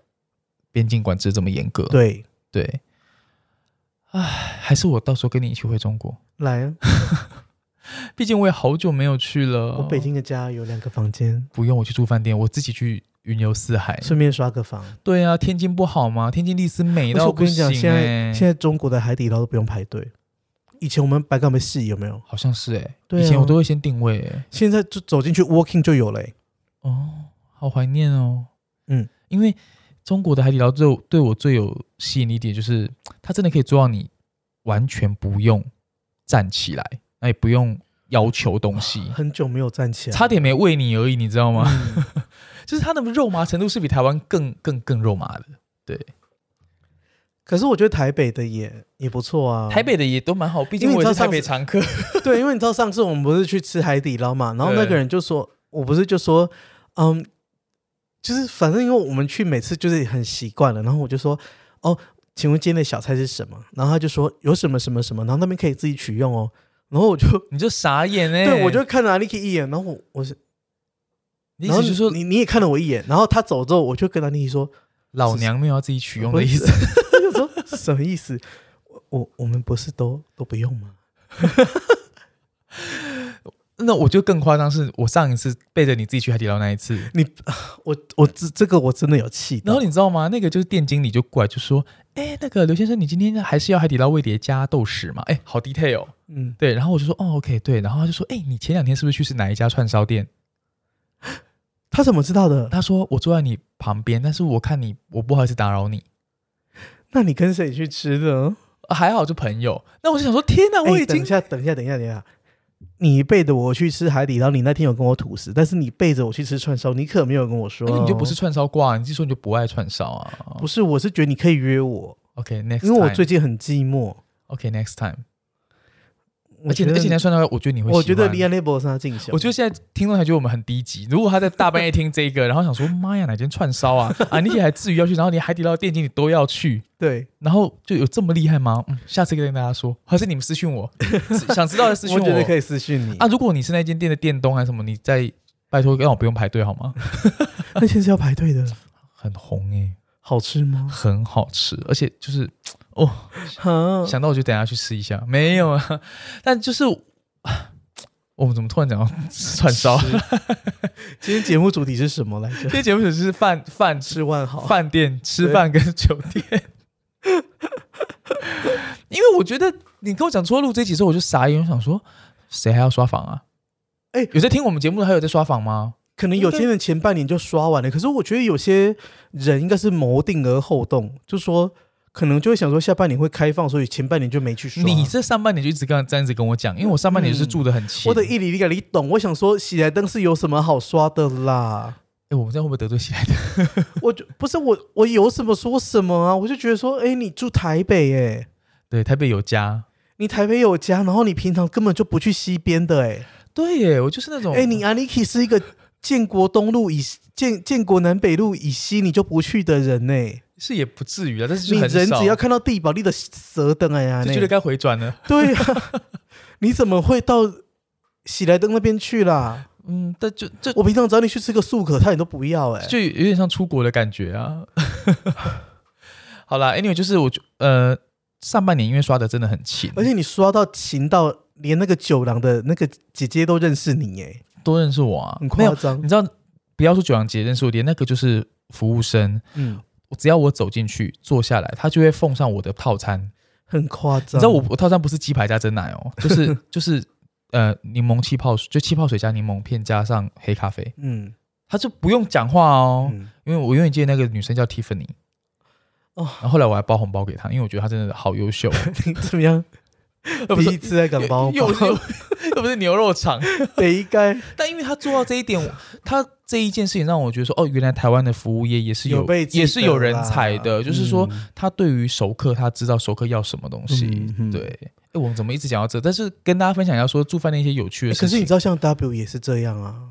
[SPEAKER 2] 边境管制这么严格。
[SPEAKER 1] 对，
[SPEAKER 2] 对，唉，还是我到时候跟你一起回中国，
[SPEAKER 1] 来啊，
[SPEAKER 2] 毕竟我也好久没有去了。
[SPEAKER 1] 嗯我北京的家
[SPEAKER 2] 嗯
[SPEAKER 1] 有两个房间，
[SPEAKER 2] 不用我去住饭店，我自己去云游四海。
[SPEAKER 1] 顺便刷个房。
[SPEAKER 2] 对啊，天津不好吗？天津丽思美
[SPEAKER 1] 而且
[SPEAKER 2] 到
[SPEAKER 1] 我
[SPEAKER 2] 不
[SPEAKER 1] 跟你
[SPEAKER 2] 行、
[SPEAKER 1] 讲，
[SPEAKER 2] 欸、
[SPEAKER 1] 现在现在中国的海底捞都不用排队，以前我们白干杯戏有没有？
[SPEAKER 2] 好像是哎、
[SPEAKER 1] 对啊
[SPEAKER 2] 以前我都会先定位哎、
[SPEAKER 1] 现在就走进去 walking 就有了、欸。
[SPEAKER 2] 哦，好怀念哦。
[SPEAKER 1] 嗯，，
[SPEAKER 2] 因为中国的海底捞最对我最有吸引力点，就是它真的可以做到你完全不用站起来，那也不用要求东西
[SPEAKER 1] 啊很久没有站起来，
[SPEAKER 2] 差点没喂你而已，你知道吗？
[SPEAKER 1] 嗯
[SPEAKER 2] 就是它的肉麻程度是比台湾更更更肉麻的。
[SPEAKER 1] 可是我觉得台北的也也不错啊。
[SPEAKER 2] 台北的也都蛮好，毕竟
[SPEAKER 1] 因为
[SPEAKER 2] 我
[SPEAKER 1] 你
[SPEAKER 2] 也是
[SPEAKER 1] 知道
[SPEAKER 2] 台北常客。
[SPEAKER 1] 对，因为你知道上次我们不是去吃海底捞嘛，然后那
[SPEAKER 2] 对
[SPEAKER 1] 个人就说，我不是就说，嗯，就是反正因为我们去每次就是很习惯了，然后我就说，哦，请问今天的小菜是什么？然后他就说有什么什么什么，然后那边可以自己取用哦。然后我就
[SPEAKER 2] 你就傻眼哎、
[SPEAKER 1] 对我就看了 Niki 一眼，然后我我是，
[SPEAKER 2] 你意
[SPEAKER 1] 然后
[SPEAKER 2] 思就是说
[SPEAKER 1] 你你也看了我一眼，然后他走之后，我就跟 Niki 说，
[SPEAKER 2] 老娘没有要自己取用
[SPEAKER 1] 不
[SPEAKER 2] 的
[SPEAKER 1] 是
[SPEAKER 2] 意思，
[SPEAKER 1] 他就说 什么意思？我我我们不是都都不用吗？
[SPEAKER 2] 那我就更夸张，是我上一次背着你自己去海底捞那一次，
[SPEAKER 1] 你啊我我这这个我真的有气到，
[SPEAKER 2] 然后你知道吗？那个就是店经理就过来就说：“哎，那个刘先生，你今天还是要海底捞味碟加豆豉嘛？”哎，好 detail、哦。
[SPEAKER 1] 嗯，
[SPEAKER 2] 对，然后我就说：“哦，OK，对。”然后他就说：“哎，你前两天是不是去是哪一家串烧店
[SPEAKER 1] 他怎么知道？”的？
[SPEAKER 2] 他说：“我坐在你旁边，但是我看你，我不好意思打扰你。
[SPEAKER 1] 那你跟谁去吃的？
[SPEAKER 2] 啊还好就朋友。”那我就想说：“天啊哪，我
[SPEAKER 1] 哎
[SPEAKER 2] 已
[SPEAKER 1] 等一
[SPEAKER 2] 经、
[SPEAKER 1] 下，等一下，等一下，等一下。你背着我去吃海底捞，你那天有跟我吐司，但是你背着我去吃串烧，你可没有跟我说、
[SPEAKER 2] 哎那啊你就不是串烧挂，你就说你就不爱串烧啊。
[SPEAKER 1] 不是，我是觉得你可以约我，
[SPEAKER 2] ”OK，next、time。
[SPEAKER 1] 因为我最近很寂寞。
[SPEAKER 2] OK，next time。
[SPEAKER 1] 我
[SPEAKER 2] 而
[SPEAKER 1] 觉
[SPEAKER 2] 且
[SPEAKER 1] 得
[SPEAKER 2] 而且那串烧，我觉得你会喜欢。
[SPEAKER 1] 我觉得 Lian Label 是他进修，
[SPEAKER 2] 我觉得现在听众还觉得我们很低级。如果他在大半夜听这个，然后想说妈呀，哪间串烧 啊啊，你也还至于要去，然后连海底捞店经理都要去，
[SPEAKER 1] 对，
[SPEAKER 2] 然后就有这么厉害吗？嗯，下次可以跟大家说，还是你们 私信我，想知道的私信
[SPEAKER 1] 我觉得可
[SPEAKER 2] 以
[SPEAKER 1] 以私讯你
[SPEAKER 2] 啊。。如果你是那间店的店东还是什么，你再拜托让我不用排队好吗？
[SPEAKER 1] 那现在是要排队的，
[SPEAKER 2] 很红诶、
[SPEAKER 1] 好吃 吗？
[SPEAKER 2] 很好吃，而且就是哦，
[SPEAKER 1] 哈，
[SPEAKER 2] 想到我就等一下去试一下。没有啊， 但就是。啊我们怎么突然讲到串烧？
[SPEAKER 1] 吃。 今天节目主题是什么来
[SPEAKER 2] 这
[SPEAKER 1] 着？
[SPEAKER 2] 些节目只是饭饭 吃
[SPEAKER 1] 吃万豪。
[SPEAKER 2] 饭店吃饭跟酒店。 因为我觉得你跟我讲说录这集之后，我就傻眼，我想说谁还要刷房啊？
[SPEAKER 1] 哎
[SPEAKER 2] 有在听我们节目的还有在刷房吗？
[SPEAKER 1] 可能有些人前半年就刷完了，可是我觉得有些人应该是谋定而后动，就说可能就会想说下半年会开放，所以前半年就没去刷。
[SPEAKER 2] 你这上半年就一直跟这样子跟我讲，因为我上半年就是住的很勤。
[SPEAKER 1] 我的一理理解你懂，我想说喜来登是有什么好刷的啦？
[SPEAKER 2] 哎，我们这样会不会得罪喜来登？
[SPEAKER 1] 我就不是我我有什么说什么啊？我就觉得说，哎、你住台北、哎，
[SPEAKER 2] 对，台北有家。
[SPEAKER 1] 你台北有家，然后你平常根本就不去西边的、哎
[SPEAKER 2] 对耶，我就是那种
[SPEAKER 1] 哎、你 Aniki 是一个建国东路以建建国南北路以西你就不去的人呢、哎
[SPEAKER 2] 是也不至于啊，但是就
[SPEAKER 1] 你
[SPEAKER 2] 很
[SPEAKER 1] 人
[SPEAKER 2] 少
[SPEAKER 1] 只要看到地保利的蛇灯哎呀，
[SPEAKER 2] 就觉
[SPEAKER 1] 那
[SPEAKER 2] 得该回转了。
[SPEAKER 1] 对啊，你怎么会到喜来登那边去啦？
[SPEAKER 2] 嗯，但就就
[SPEAKER 1] 我平常找你去吃个素可菜，你都不要哎、
[SPEAKER 2] 就有点像出国的感觉啊。 好啦，anyway，就是我就呃上半年因为刷的真的很勤，
[SPEAKER 1] 而且你刷到勤到连那个酒廊的那个姐姐都认识你哎、
[SPEAKER 2] 都认识我啊，
[SPEAKER 1] 很
[SPEAKER 2] 没
[SPEAKER 1] 夸
[SPEAKER 2] 有，
[SPEAKER 1] 张
[SPEAKER 2] 你。知道，不要说九阳节认识我，连那个就是服务生，
[SPEAKER 1] 嗯，
[SPEAKER 2] 我只要我走进去坐下来，他就会奉上我的套餐。
[SPEAKER 1] 很夸
[SPEAKER 2] 你
[SPEAKER 1] 张。
[SPEAKER 2] 知道我我套餐不是鸡排加蒸奶哦，就是 就是呃柠檬气泡水，就气泡水加柠檬片加上黑咖啡，
[SPEAKER 1] 嗯
[SPEAKER 2] 他就不用讲话哦，
[SPEAKER 1] 嗯
[SPEAKER 2] 因为我永远记得那个女生叫 Tiffany。
[SPEAKER 1] 哦
[SPEAKER 2] 然后后来我还包红包给她，因为我觉得她真的好优秀。
[SPEAKER 1] 你怎么样？
[SPEAKER 2] 又不
[SPEAKER 1] 第
[SPEAKER 2] 是
[SPEAKER 1] 一次在港包
[SPEAKER 2] 又又
[SPEAKER 1] 包
[SPEAKER 2] 又又又不是牛肉肠。
[SPEAKER 1] 得该
[SPEAKER 2] 但因为他做到这一点，我他这一件事情让我觉得说，哦，原来台湾的服务业也是
[SPEAKER 1] 有
[SPEAKER 2] 有
[SPEAKER 1] 被记得
[SPEAKER 2] 也是有人
[SPEAKER 1] 啦
[SPEAKER 2] 才的，就是说
[SPEAKER 1] 嗯
[SPEAKER 2] 他对于熟客，他知道熟客要什么东西。
[SPEAKER 1] 嗯嗯
[SPEAKER 2] 对，哎，我们怎么一直讲到这？但是跟大家分享一下说住饭店一些有趣的
[SPEAKER 1] 哎可是
[SPEAKER 2] 事
[SPEAKER 1] 你
[SPEAKER 2] 情。
[SPEAKER 1] 知道，像 W 也是这样啊。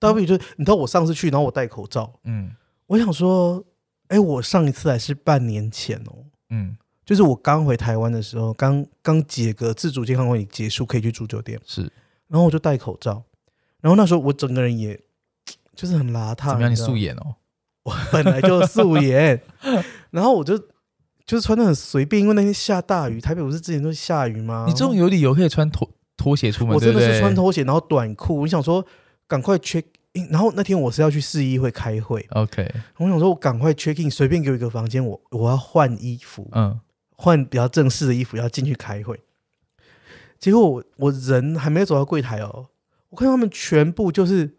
[SPEAKER 1] W 就你知道，我上次去，然后我戴口罩，
[SPEAKER 2] 嗯
[SPEAKER 1] 我想说，哎、我上一次来是半年前哦，
[SPEAKER 2] 嗯，
[SPEAKER 1] 就是我刚回台湾的时候，刚刚解隔自主健康管理结束，可以去住酒店，
[SPEAKER 2] 是
[SPEAKER 1] 然后我就戴口罩，然后那时候我整个人也就是很邋遢，
[SPEAKER 2] 怎么样？你
[SPEAKER 1] 知道吗
[SPEAKER 2] 素颜哦，
[SPEAKER 1] 本来就素 颜，然后我就就是穿的很随便，因为那天下大雨，台北不是之前都下雨吗？
[SPEAKER 2] 你这种有理由可以穿拖拖鞋出门，
[SPEAKER 1] 我真的
[SPEAKER 2] 对不
[SPEAKER 1] 是
[SPEAKER 2] 对
[SPEAKER 1] 穿。拖鞋，然后短裤，我想说赶快 check in，然后那天我是要去市议会开会，
[SPEAKER 2] OK，
[SPEAKER 1] 我想说我赶快 check in，随便给我一个房间，我我要换衣服，
[SPEAKER 2] 嗯
[SPEAKER 1] 换比较正式的衣服，要进去开会。结果我我人还没有走到柜台哦，我看他们全部就是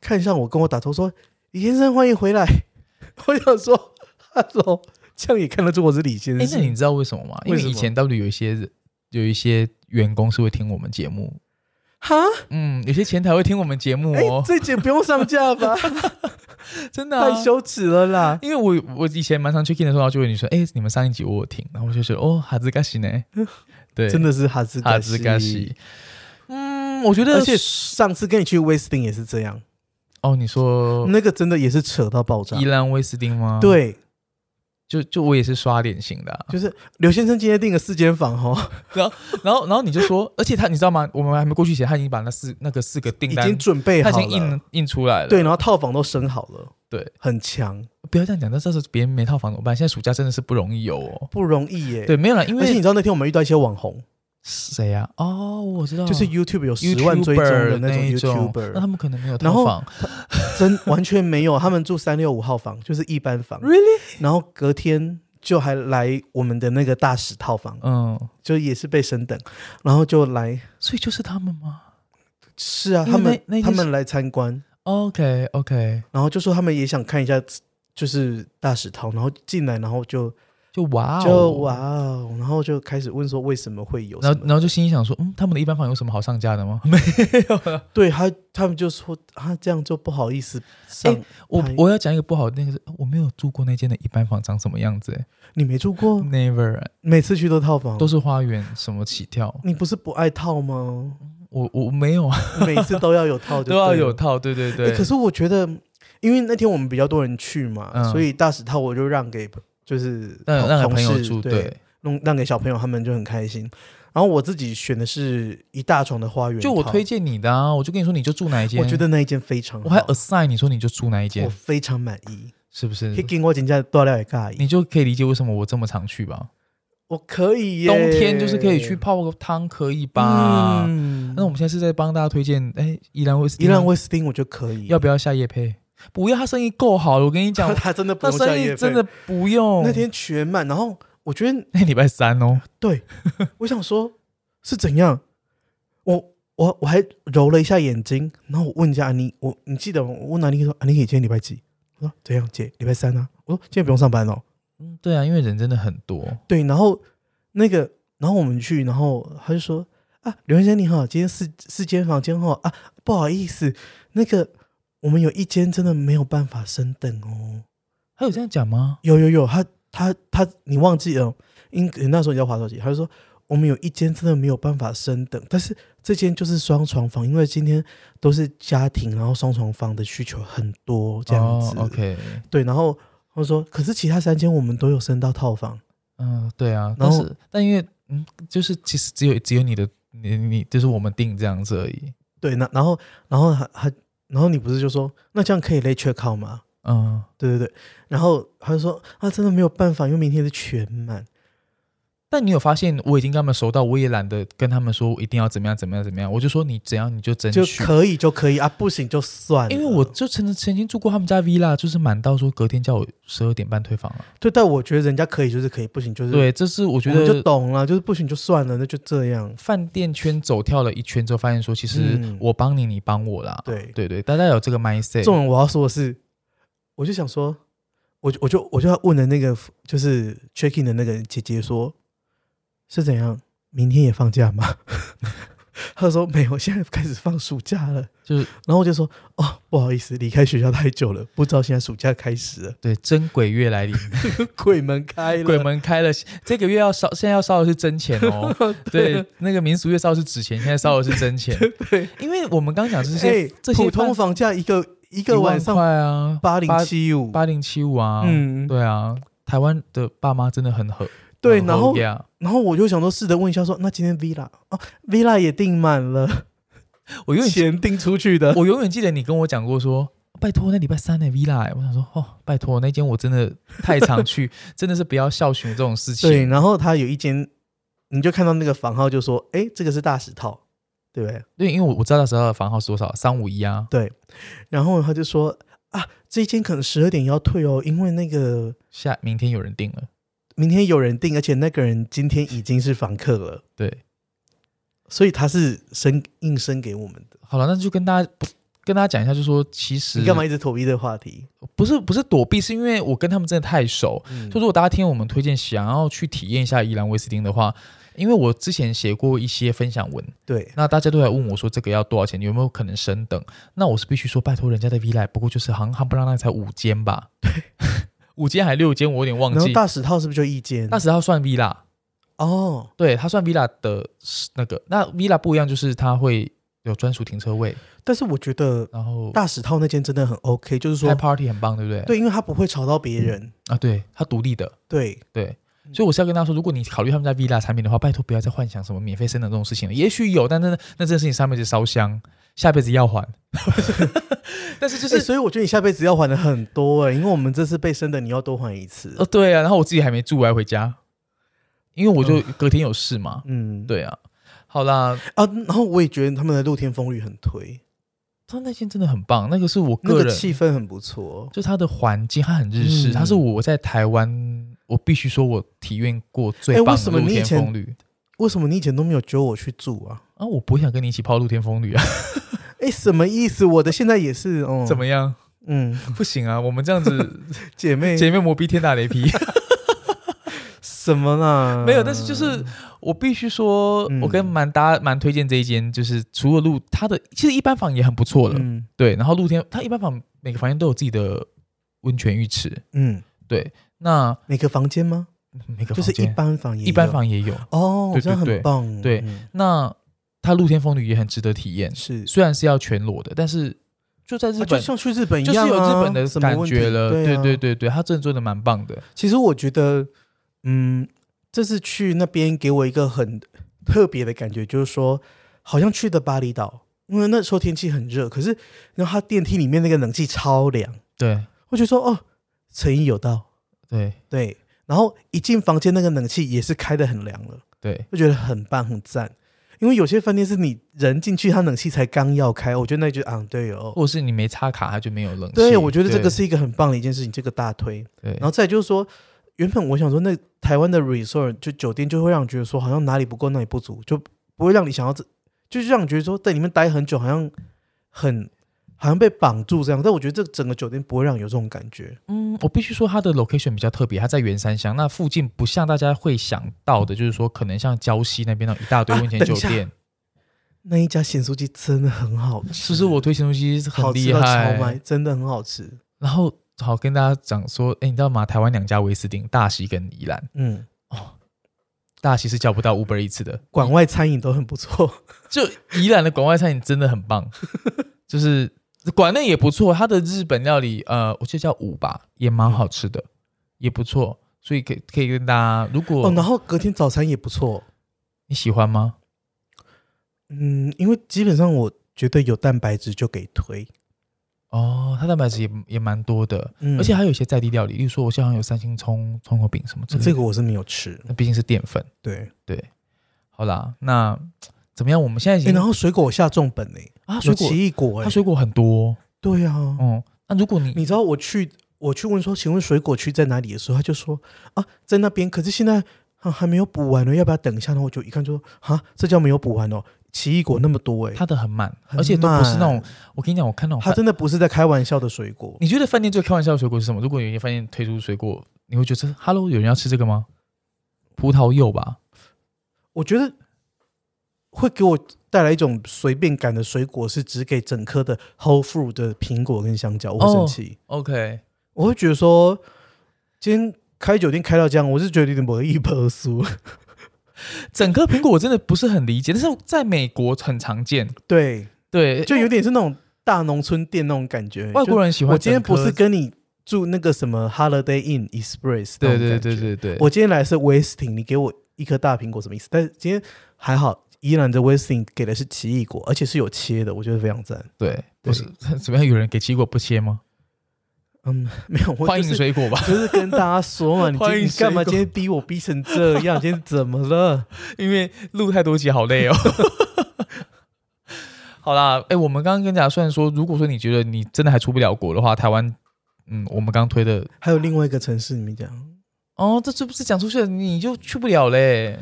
[SPEAKER 1] 看向我，跟我打招呼说：“李先生，欢迎回来。” 我想说，Hello，这样也看得出我是李先
[SPEAKER 2] 哎、那
[SPEAKER 1] 生。
[SPEAKER 2] 你知道为什么吗？因
[SPEAKER 1] 为
[SPEAKER 2] 为
[SPEAKER 1] 什么
[SPEAKER 2] 以前 W 有一些人有一些员工是会听我们节目，
[SPEAKER 1] 哈，
[SPEAKER 2] 嗯，有些前台会听我们节目
[SPEAKER 1] 哎、
[SPEAKER 2] 哦，
[SPEAKER 1] 这节不用上架吧？
[SPEAKER 2] 真的、啊、
[SPEAKER 1] 太羞耻了 啦！
[SPEAKER 2] 因为我我以前蛮常 check in 的时候，然后就问你说，哎、你们上一集我有听，然后我就觉得哦，哈兹嘎西呢，对，
[SPEAKER 1] 真的是哈兹
[SPEAKER 2] 哈兹嘎
[SPEAKER 1] 西，
[SPEAKER 2] 西，嗯，我觉得
[SPEAKER 1] 而且上次跟你去威斯汀也是这样，
[SPEAKER 2] 哦，你说
[SPEAKER 1] 那个真的也是扯到爆炸
[SPEAKER 2] 伊。兰威斯汀吗？，
[SPEAKER 1] 对，
[SPEAKER 2] 就就我也是刷脸型的啊、
[SPEAKER 1] 就是刘先生今天订了四间房哦，
[SPEAKER 2] 然后然后你就说， 而且他你知道吗？我们还没过去前，他已经把那四那个四个订
[SPEAKER 1] 已
[SPEAKER 2] 单，
[SPEAKER 1] 经准备
[SPEAKER 2] 他
[SPEAKER 1] 好
[SPEAKER 2] 已
[SPEAKER 1] 了，
[SPEAKER 2] 经印印出来了，
[SPEAKER 1] 对，然后套房都升好了，
[SPEAKER 2] 对，
[SPEAKER 1] 很强，
[SPEAKER 2] 不要这样讲，但这是别人没套房怎么办？现在暑假真的是不容易有哦。
[SPEAKER 1] 不容易耶。，
[SPEAKER 2] 对，没有啦，因
[SPEAKER 1] 而且你
[SPEAKER 2] 为
[SPEAKER 1] 知道那天我们遇到一些网红，
[SPEAKER 2] 谁呀、啊？哦，我知道，
[SPEAKER 1] 就是 YouTube 有十万追踪的
[SPEAKER 2] YouTuber
[SPEAKER 1] 那种
[SPEAKER 2] 一种那
[SPEAKER 1] YouTuber，
[SPEAKER 2] 他们可能没有
[SPEAKER 1] 然
[SPEAKER 2] 套
[SPEAKER 1] 后
[SPEAKER 2] 房
[SPEAKER 1] 真完全没有，他们住三六五号房，就是一般房，
[SPEAKER 2] ，really？
[SPEAKER 1] 然后隔天。就还来我们的那个大使套房，
[SPEAKER 2] 嗯，
[SPEAKER 1] 就也是被升等，然后就来
[SPEAKER 2] 所以就是他们吗
[SPEAKER 1] 是啊，
[SPEAKER 2] 因为
[SPEAKER 1] 他们
[SPEAKER 2] 那那天
[SPEAKER 1] 他
[SPEAKER 2] 是
[SPEAKER 1] 们来参观，
[SPEAKER 2] ？OK OK，
[SPEAKER 1] 然后就说他们也想看一下就是大使套，然后进来，然后就
[SPEAKER 2] 就哇、哦，
[SPEAKER 1] 就哇，哦，然后就开始问说为什么会有什
[SPEAKER 2] 然
[SPEAKER 1] 么
[SPEAKER 2] 后然后就心里想说，嗯，他们的一般房有什么好上架的 吗？没有啊。
[SPEAKER 1] 对他，他们就说啊，这样就不好意思上。
[SPEAKER 2] 哎我
[SPEAKER 1] 哎
[SPEAKER 2] 我要讲一个不好的那个是，我没有住过那间的一般房长什么样子、欸、
[SPEAKER 1] 你没住过，
[SPEAKER 2] ，never，欸、
[SPEAKER 1] 每次去都套房，
[SPEAKER 2] 都是花园什么起跳，
[SPEAKER 1] 你不是不爱套吗？
[SPEAKER 2] 我我没有啊，
[SPEAKER 1] 每次都要有套 就对
[SPEAKER 2] 都
[SPEAKER 1] 了，
[SPEAKER 2] 要有套，对对
[SPEAKER 1] 哎
[SPEAKER 2] 对。
[SPEAKER 1] 可是我觉得，因为那天我们比较多人去嘛，
[SPEAKER 2] 嗯
[SPEAKER 1] 所以大使套我就让给就是
[SPEAKER 2] 让
[SPEAKER 1] 同
[SPEAKER 2] 让给
[SPEAKER 1] 同
[SPEAKER 2] 朋友
[SPEAKER 1] 事
[SPEAKER 2] 住，
[SPEAKER 1] 对，
[SPEAKER 2] 对，
[SPEAKER 1] 弄让给小朋友，他们就很开心。然后我自己选的是一大床的花园套，
[SPEAKER 2] 就我推荐你的啊，我就跟你说你就住哪一间，
[SPEAKER 1] 我觉得那一哦间非常好，
[SPEAKER 2] 我还 assign 你说你就住哪一
[SPEAKER 1] 我
[SPEAKER 2] 间，
[SPEAKER 1] 非常满意。
[SPEAKER 2] 是不
[SPEAKER 1] 可以
[SPEAKER 2] 是？
[SPEAKER 1] 给我请假多料也尬
[SPEAKER 2] 你就可以理解为什么我这么常去吧。
[SPEAKER 1] 我可以耶，
[SPEAKER 2] 冬天就是可以去泡个汤，可以吧？
[SPEAKER 1] 嗯
[SPEAKER 2] 那我们现在是在帮大家推荐，哎，宜兰威斯汀
[SPEAKER 1] 伊朗威斯汀我觉得可 以，
[SPEAKER 2] 要不要下夜配？不要，他生意够好了，我跟你讲，
[SPEAKER 1] 他真的不
[SPEAKER 2] 他
[SPEAKER 1] 用下
[SPEAKER 2] 生
[SPEAKER 1] 夜
[SPEAKER 2] 意
[SPEAKER 1] 费
[SPEAKER 2] 真的不用。
[SPEAKER 1] 那天全满，然后我觉得
[SPEAKER 2] 那礼拜三哦，
[SPEAKER 1] 对，我想说是怎样，我我我还揉了一下眼睛，然后我问一下安妮，我你记得吗？我问安妮说安妮姐今天礼拜几？我说怎样姐礼拜三啊？我说今天不用上班哦。
[SPEAKER 2] 嗯对啊，因为人真的很多，
[SPEAKER 1] 对，然后那个然后我们去，然后他就说啊刘先生你好，今天四四间房间哦啊不好意思，那个我们有一间真的没有办法升等哦。
[SPEAKER 2] 他有这样讲吗？
[SPEAKER 1] 有有有，他他他，你忘记了？因那时候你在滑手机，他就说我们有一间真的没有办法升等，但是这间就是双床房，因为今天都是家庭，然后双床房的需求很多这样子。
[SPEAKER 2] 哦、，OK，
[SPEAKER 1] 对，然后他说，可是其他三间我们都有升到套房，
[SPEAKER 2] 嗯、对啊，
[SPEAKER 1] 然
[SPEAKER 2] 但
[SPEAKER 1] 后
[SPEAKER 2] 是但因为嗯，就是其实只有只有你的你你就是我们定这样子而已，
[SPEAKER 1] 对，那然后然后他他然后你不是就说那这样可以 late check out 吗？
[SPEAKER 2] 嗯，
[SPEAKER 1] 对对对，然后他就说啊，真的没有办法，因为明天是全满。
[SPEAKER 2] 但你有发现，我已经跟他们熟到，我也懒得跟他们说我一定要怎么样怎么样怎么样，我就说你怎样你就争
[SPEAKER 1] 就
[SPEAKER 2] 取。
[SPEAKER 1] 可以就可以啊，不行就算了。
[SPEAKER 2] 因为我就曾曾经住过他们家 villa，就是满到说隔天叫我十二点半退房了。
[SPEAKER 1] 对，但我觉得人家可以就是可以，不行就是
[SPEAKER 2] 对，这是我觉
[SPEAKER 1] 我们就
[SPEAKER 2] 得
[SPEAKER 1] 懂了，就是不行就算了，那就这样。
[SPEAKER 2] 饭店圈走跳了一圈之后，发现说其实
[SPEAKER 1] 嗯
[SPEAKER 2] 我帮你，你帮我啦。
[SPEAKER 1] 对
[SPEAKER 2] 对对，大家有这个 mindset。
[SPEAKER 1] 重点我要说的是，我就想说，我就我就我就要问的那个就是 check in 的那个姐姐说，是怎样？明天也放假吗？他就说没有，现在开始放暑假了。
[SPEAKER 2] 就是
[SPEAKER 1] 然后我就说哦，不好意思，离开学校太久了，不知道现在暑假开始了，
[SPEAKER 2] 对真鬼 月来临，
[SPEAKER 1] 鬼门开了，
[SPEAKER 2] 鬼门开了，这个月要烧，现在要烧的是真钱哦。 对，那个民俗月烧的是纸钱，现在烧的是真钱，
[SPEAKER 1] 对，
[SPEAKER 2] 因为我们刚讲这
[SPEAKER 1] 哎
[SPEAKER 2] 些这些
[SPEAKER 1] 普通
[SPEAKER 2] 饭
[SPEAKER 1] 房价一个一
[SPEAKER 2] 一
[SPEAKER 1] 个
[SPEAKER 2] 万
[SPEAKER 1] 晚上
[SPEAKER 2] 块啊，
[SPEAKER 1] 八零七五，
[SPEAKER 2] 八零七五啊，
[SPEAKER 1] 嗯，
[SPEAKER 2] 对啊，台湾的爸妈真的很狠。
[SPEAKER 1] 对，
[SPEAKER 2] 很
[SPEAKER 1] 然后
[SPEAKER 2] 呀，
[SPEAKER 1] 然后我就想说，试着问一下说，那今天 villa 哦，villa 也订满 了，
[SPEAKER 2] 我永远
[SPEAKER 1] 钱订出去 的，
[SPEAKER 2] 我永远记得你跟我讲过说，拜托那礼拜三的 villa，欸我想说哦，拜托那间我真的太 常去，真的是不要孝循这种事
[SPEAKER 1] 对，
[SPEAKER 2] 情。
[SPEAKER 1] 然后他有一间，你就看到那个房号就说，哎，这个是大石套，对不对？
[SPEAKER 2] 对，因为我我知道那时候的房号是多少，三五一啊，
[SPEAKER 1] 然后他就说啊，这一间可能十二点要退哦，因为那个
[SPEAKER 2] 下明天有人订了。
[SPEAKER 1] 明天有人订，而且那个人今天已经是房客了，
[SPEAKER 2] 对，
[SPEAKER 1] 所以他是生硬生给我们的。
[SPEAKER 2] 好了，那就跟大家跟大家讲一下，就说其实
[SPEAKER 1] 你干嘛一直躲避这个话题？
[SPEAKER 2] 不是不是躲避，是因为我跟他们真的太熟，
[SPEAKER 1] 嗯
[SPEAKER 2] 就如果大家听我们推荐，想要去体验一下宜兰威斯汀的话，因为我之前写过一些分享文，
[SPEAKER 1] 对，
[SPEAKER 2] 那大家都来问我说这个要多少钱，有没有可能升等？那我是必须说，拜托人家的 villa 不过就是行行不让那才五间吧， 五间还六间，我有点忘
[SPEAKER 1] 然后
[SPEAKER 2] 记。
[SPEAKER 1] 大石套是不是就一间？
[SPEAKER 2] 那时候算 villa，
[SPEAKER 1] 哦，
[SPEAKER 2] 对，它算 villa 的那个。那 villa 不一样，就是它会有专属停车位，
[SPEAKER 1] 但是我觉得
[SPEAKER 2] 然后
[SPEAKER 1] 大石套那间真的很 OK，就是
[SPEAKER 2] 开
[SPEAKER 1] 说，
[SPEAKER 2] party 很棒，对不对？
[SPEAKER 1] 对，因为他不会吵到别人。
[SPEAKER 2] 啊，对，它独立的，
[SPEAKER 1] 对，
[SPEAKER 2] 对。
[SPEAKER 1] 嗯
[SPEAKER 2] 所以我是要跟大家说，如果你考虑他们家 villa 产品的话，拜托不要再幻想什么免费升等这种事情了。也许有，但真的那件事情上辈子烧香，下辈子要还。 但是就
[SPEAKER 1] 就是是、所以我觉得你下辈子要还的很多哎、因为我们这次被生的，你要多还一次
[SPEAKER 2] 哦，。对啊，然后我自己还没住，我还回家，因为我就隔天有事嘛。
[SPEAKER 1] 嗯，
[SPEAKER 2] 对啊，好啦，
[SPEAKER 1] 啊，然后我也觉得他们的露天风雨很推，
[SPEAKER 2] 他那间真的很棒，那个是我
[SPEAKER 1] 那
[SPEAKER 2] 个
[SPEAKER 1] 个
[SPEAKER 2] 人，
[SPEAKER 1] 气氛很不错。
[SPEAKER 2] 就它的环境，它很日式，
[SPEAKER 1] 嗯
[SPEAKER 2] 它是我在台湾，我必须说我体验过最
[SPEAKER 1] 哎为
[SPEAKER 2] 棒
[SPEAKER 1] 什
[SPEAKER 2] 的
[SPEAKER 1] 么
[SPEAKER 2] 露
[SPEAKER 1] 你以
[SPEAKER 2] 天
[SPEAKER 1] 前
[SPEAKER 2] 风旅
[SPEAKER 1] 为什么你以前都没有揪我去住啊？
[SPEAKER 2] 啊！我不会想跟你一起泡露天风旅啊，
[SPEAKER 1] 哎，什么意思？我的现在也是，哦、
[SPEAKER 2] 怎么样？
[SPEAKER 1] 嗯，
[SPEAKER 2] 不行啊，我们这 样子
[SPEAKER 1] 姐妹
[SPEAKER 2] 姐妹磨逼天打雷劈。
[SPEAKER 1] 嗯什么啦？
[SPEAKER 2] 没有，但是就是我必须说，我
[SPEAKER 1] 嗯
[SPEAKER 2] 跟蛮搭蛮推荐这一间，就是除了露它的，其实一般房也很不错了，
[SPEAKER 1] 嗯
[SPEAKER 2] 对。然后露天，它一般房每个房间都有自己的温泉浴池，
[SPEAKER 1] 嗯，
[SPEAKER 2] 对。那
[SPEAKER 1] 每个房间吗？
[SPEAKER 2] 每个
[SPEAKER 1] 就
[SPEAKER 2] 房
[SPEAKER 1] 是
[SPEAKER 2] 间
[SPEAKER 1] 一般房也有
[SPEAKER 2] 一般房也有，
[SPEAKER 1] 哦，
[SPEAKER 2] 对
[SPEAKER 1] 这样
[SPEAKER 2] 对
[SPEAKER 1] 很
[SPEAKER 2] 对
[SPEAKER 1] 棒。
[SPEAKER 2] 对
[SPEAKER 1] 嗯
[SPEAKER 2] 那它露天风旅也很值得体验，
[SPEAKER 1] 是，
[SPEAKER 2] 虽然是要全裸的，但是就在日
[SPEAKER 1] 啊就
[SPEAKER 2] 本。
[SPEAKER 1] 像去日本一
[SPEAKER 2] 就是
[SPEAKER 1] 样啊，
[SPEAKER 2] 有日本的
[SPEAKER 1] 什么
[SPEAKER 2] 感
[SPEAKER 1] 问
[SPEAKER 2] 觉
[SPEAKER 1] 题
[SPEAKER 2] 了，
[SPEAKER 1] 对
[SPEAKER 2] 对
[SPEAKER 1] 啊
[SPEAKER 2] 对对对，它真的做的蛮棒的，
[SPEAKER 1] 其实我觉得，嗯，这次去那边给我一个很特别的感觉，就是说，好像去的巴厘岛，因为那时候天气很热，可是然后它电梯里面那个冷气超凉，
[SPEAKER 2] 对
[SPEAKER 1] 我觉得说哦，诚意有道，
[SPEAKER 2] 对
[SPEAKER 1] 对。然后一进房间，那个冷气也是开的很凉了，
[SPEAKER 2] 对，
[SPEAKER 1] 就觉得很棒很赞。因为有些饭店是你人进去，它冷气才刚要开，我觉得那就啊，对哦，
[SPEAKER 2] 或者是你没插卡，它就没有冷气。
[SPEAKER 1] 对，我觉得这个
[SPEAKER 2] 对
[SPEAKER 1] 是一个很棒的一件事情，这个大推。
[SPEAKER 2] 对
[SPEAKER 1] 然，后再来就是说，原本我想说，那台湾的 resort 就酒店就会让你觉得说，好像哪里不够，哪里不足，就不会让你想要这，就是让你觉得说在里面待很久，好像很好像被绑住这样。但我觉得这整个酒店不会让你有这种感觉。
[SPEAKER 2] 嗯，我必须说它的 location 比较特别，它在圆山乡，那附近不像大家会想到的，就是说可能像礁溪那边的一大堆
[SPEAKER 1] 啊
[SPEAKER 2] 温泉
[SPEAKER 1] 等
[SPEAKER 2] 酒
[SPEAKER 1] 一下
[SPEAKER 2] 店，
[SPEAKER 1] 那一家咸酥鸡真的很好吃，
[SPEAKER 2] 是不是我推荐东西
[SPEAKER 1] 好
[SPEAKER 2] 很
[SPEAKER 1] 吃
[SPEAKER 2] 厉
[SPEAKER 1] 到超卖，
[SPEAKER 2] 害？
[SPEAKER 1] 真的很好吃。
[SPEAKER 2] 然后好跟大家讲说，哎、你知道吗？台湾两家威斯汀，大溪跟宜兰，
[SPEAKER 1] 嗯，
[SPEAKER 2] 大溪是叫不到 Uber 一次的，
[SPEAKER 1] 馆外餐饮都很不错。
[SPEAKER 2] 就宜兰的馆外餐饮真的很棒， 就是馆内也不错，它的日本料理，呃，我记得叫五吧，也蛮好吃的，也不错，所以可以可以跟大家，如果
[SPEAKER 1] 哦，然后隔天早餐也不错。
[SPEAKER 2] 你喜欢吗？
[SPEAKER 1] 嗯，因为基本上我觉得有蛋白质就给推。
[SPEAKER 2] 哦，它蛋白质也也蛮多的，
[SPEAKER 1] 嗯，
[SPEAKER 2] 而且还有一些在地料理，例如说我像有三星葱、葱油饼什么之类的，
[SPEAKER 1] 这个我是没有吃。
[SPEAKER 2] 那毕竟是淀粉。
[SPEAKER 1] 对，
[SPEAKER 2] 好啦，那怎么样？我们现在已
[SPEAKER 1] 欸、
[SPEAKER 2] 经、
[SPEAKER 1] 然后水果我下重本呢、欸
[SPEAKER 2] 啊，水
[SPEAKER 1] 有
[SPEAKER 2] 果
[SPEAKER 1] 奇异果哎、
[SPEAKER 2] 它水果很多，
[SPEAKER 1] 对啊，
[SPEAKER 2] 嗯，那如果你
[SPEAKER 1] 你知道我去我去问说，请问水果区在哪里的时候，他就说啊在那边，可是现在、啊、还没有补完呢，要不要等一下？然后我就一看就说啊，这叫没有补完哦，奇异果那么多哎、
[SPEAKER 2] 它的很慢，
[SPEAKER 1] 很
[SPEAKER 2] 而且都不是那种
[SPEAKER 1] 慢，
[SPEAKER 2] 我跟你讲，我看那种
[SPEAKER 1] 他
[SPEAKER 2] 饭，
[SPEAKER 1] 真的不是在开玩笑的水果，
[SPEAKER 2] 你觉得饭店最开玩笑的水果是什么？如果有一些饭店推出水果，你会觉得，Hello，有人要吃这个吗？葡萄柚吧，
[SPEAKER 1] 我觉得会给我带来一种随便感的水果是只给整颗的 whole fruit 的苹果跟香蕉，我会生
[SPEAKER 2] 哦
[SPEAKER 1] 气。
[SPEAKER 2] OK，
[SPEAKER 1] 我会觉得说，今天开酒店开到这样，我是觉得有点文艺不俗。
[SPEAKER 2] 整颗苹果我真的不是很理解，但是在美国很常见。
[SPEAKER 1] 对，
[SPEAKER 2] 对，
[SPEAKER 1] 就有点是那种大农村店那种感觉。
[SPEAKER 2] 外国人喜
[SPEAKER 1] 就
[SPEAKER 2] 欢。
[SPEAKER 1] 我今天不是，跟你住那个什么 Holiday Inn Express，那种
[SPEAKER 2] 对对
[SPEAKER 1] 感
[SPEAKER 2] 对
[SPEAKER 1] 觉
[SPEAKER 2] 对对，
[SPEAKER 1] 我今天来是 Westing，你给我一颗大苹果什么意思？但是今天还好，依然的 Westing 给的是奇异果，而且是有切的，我觉得非常赞。
[SPEAKER 2] 对不是怎么样？有人给奇果不切吗？
[SPEAKER 1] 嗯，没有，我
[SPEAKER 2] 欢
[SPEAKER 1] 就
[SPEAKER 2] 迎
[SPEAKER 1] 是
[SPEAKER 2] 水果吧，
[SPEAKER 1] 就是跟大家说 嘛，你今
[SPEAKER 2] 欢迎
[SPEAKER 1] 你干嘛
[SPEAKER 2] 水果
[SPEAKER 1] 今天逼我逼成这样？今天怎么 了？
[SPEAKER 2] 因为录太多集好累哦。 好啦，哎、我们刚刚跟打算说，如果说你觉得你真的还出不了国的话，台湾，嗯，我们刚推的，
[SPEAKER 1] 还有另外一个城市，你们讲。
[SPEAKER 2] 哦，这这不是讲出去了，你就去不了嘞。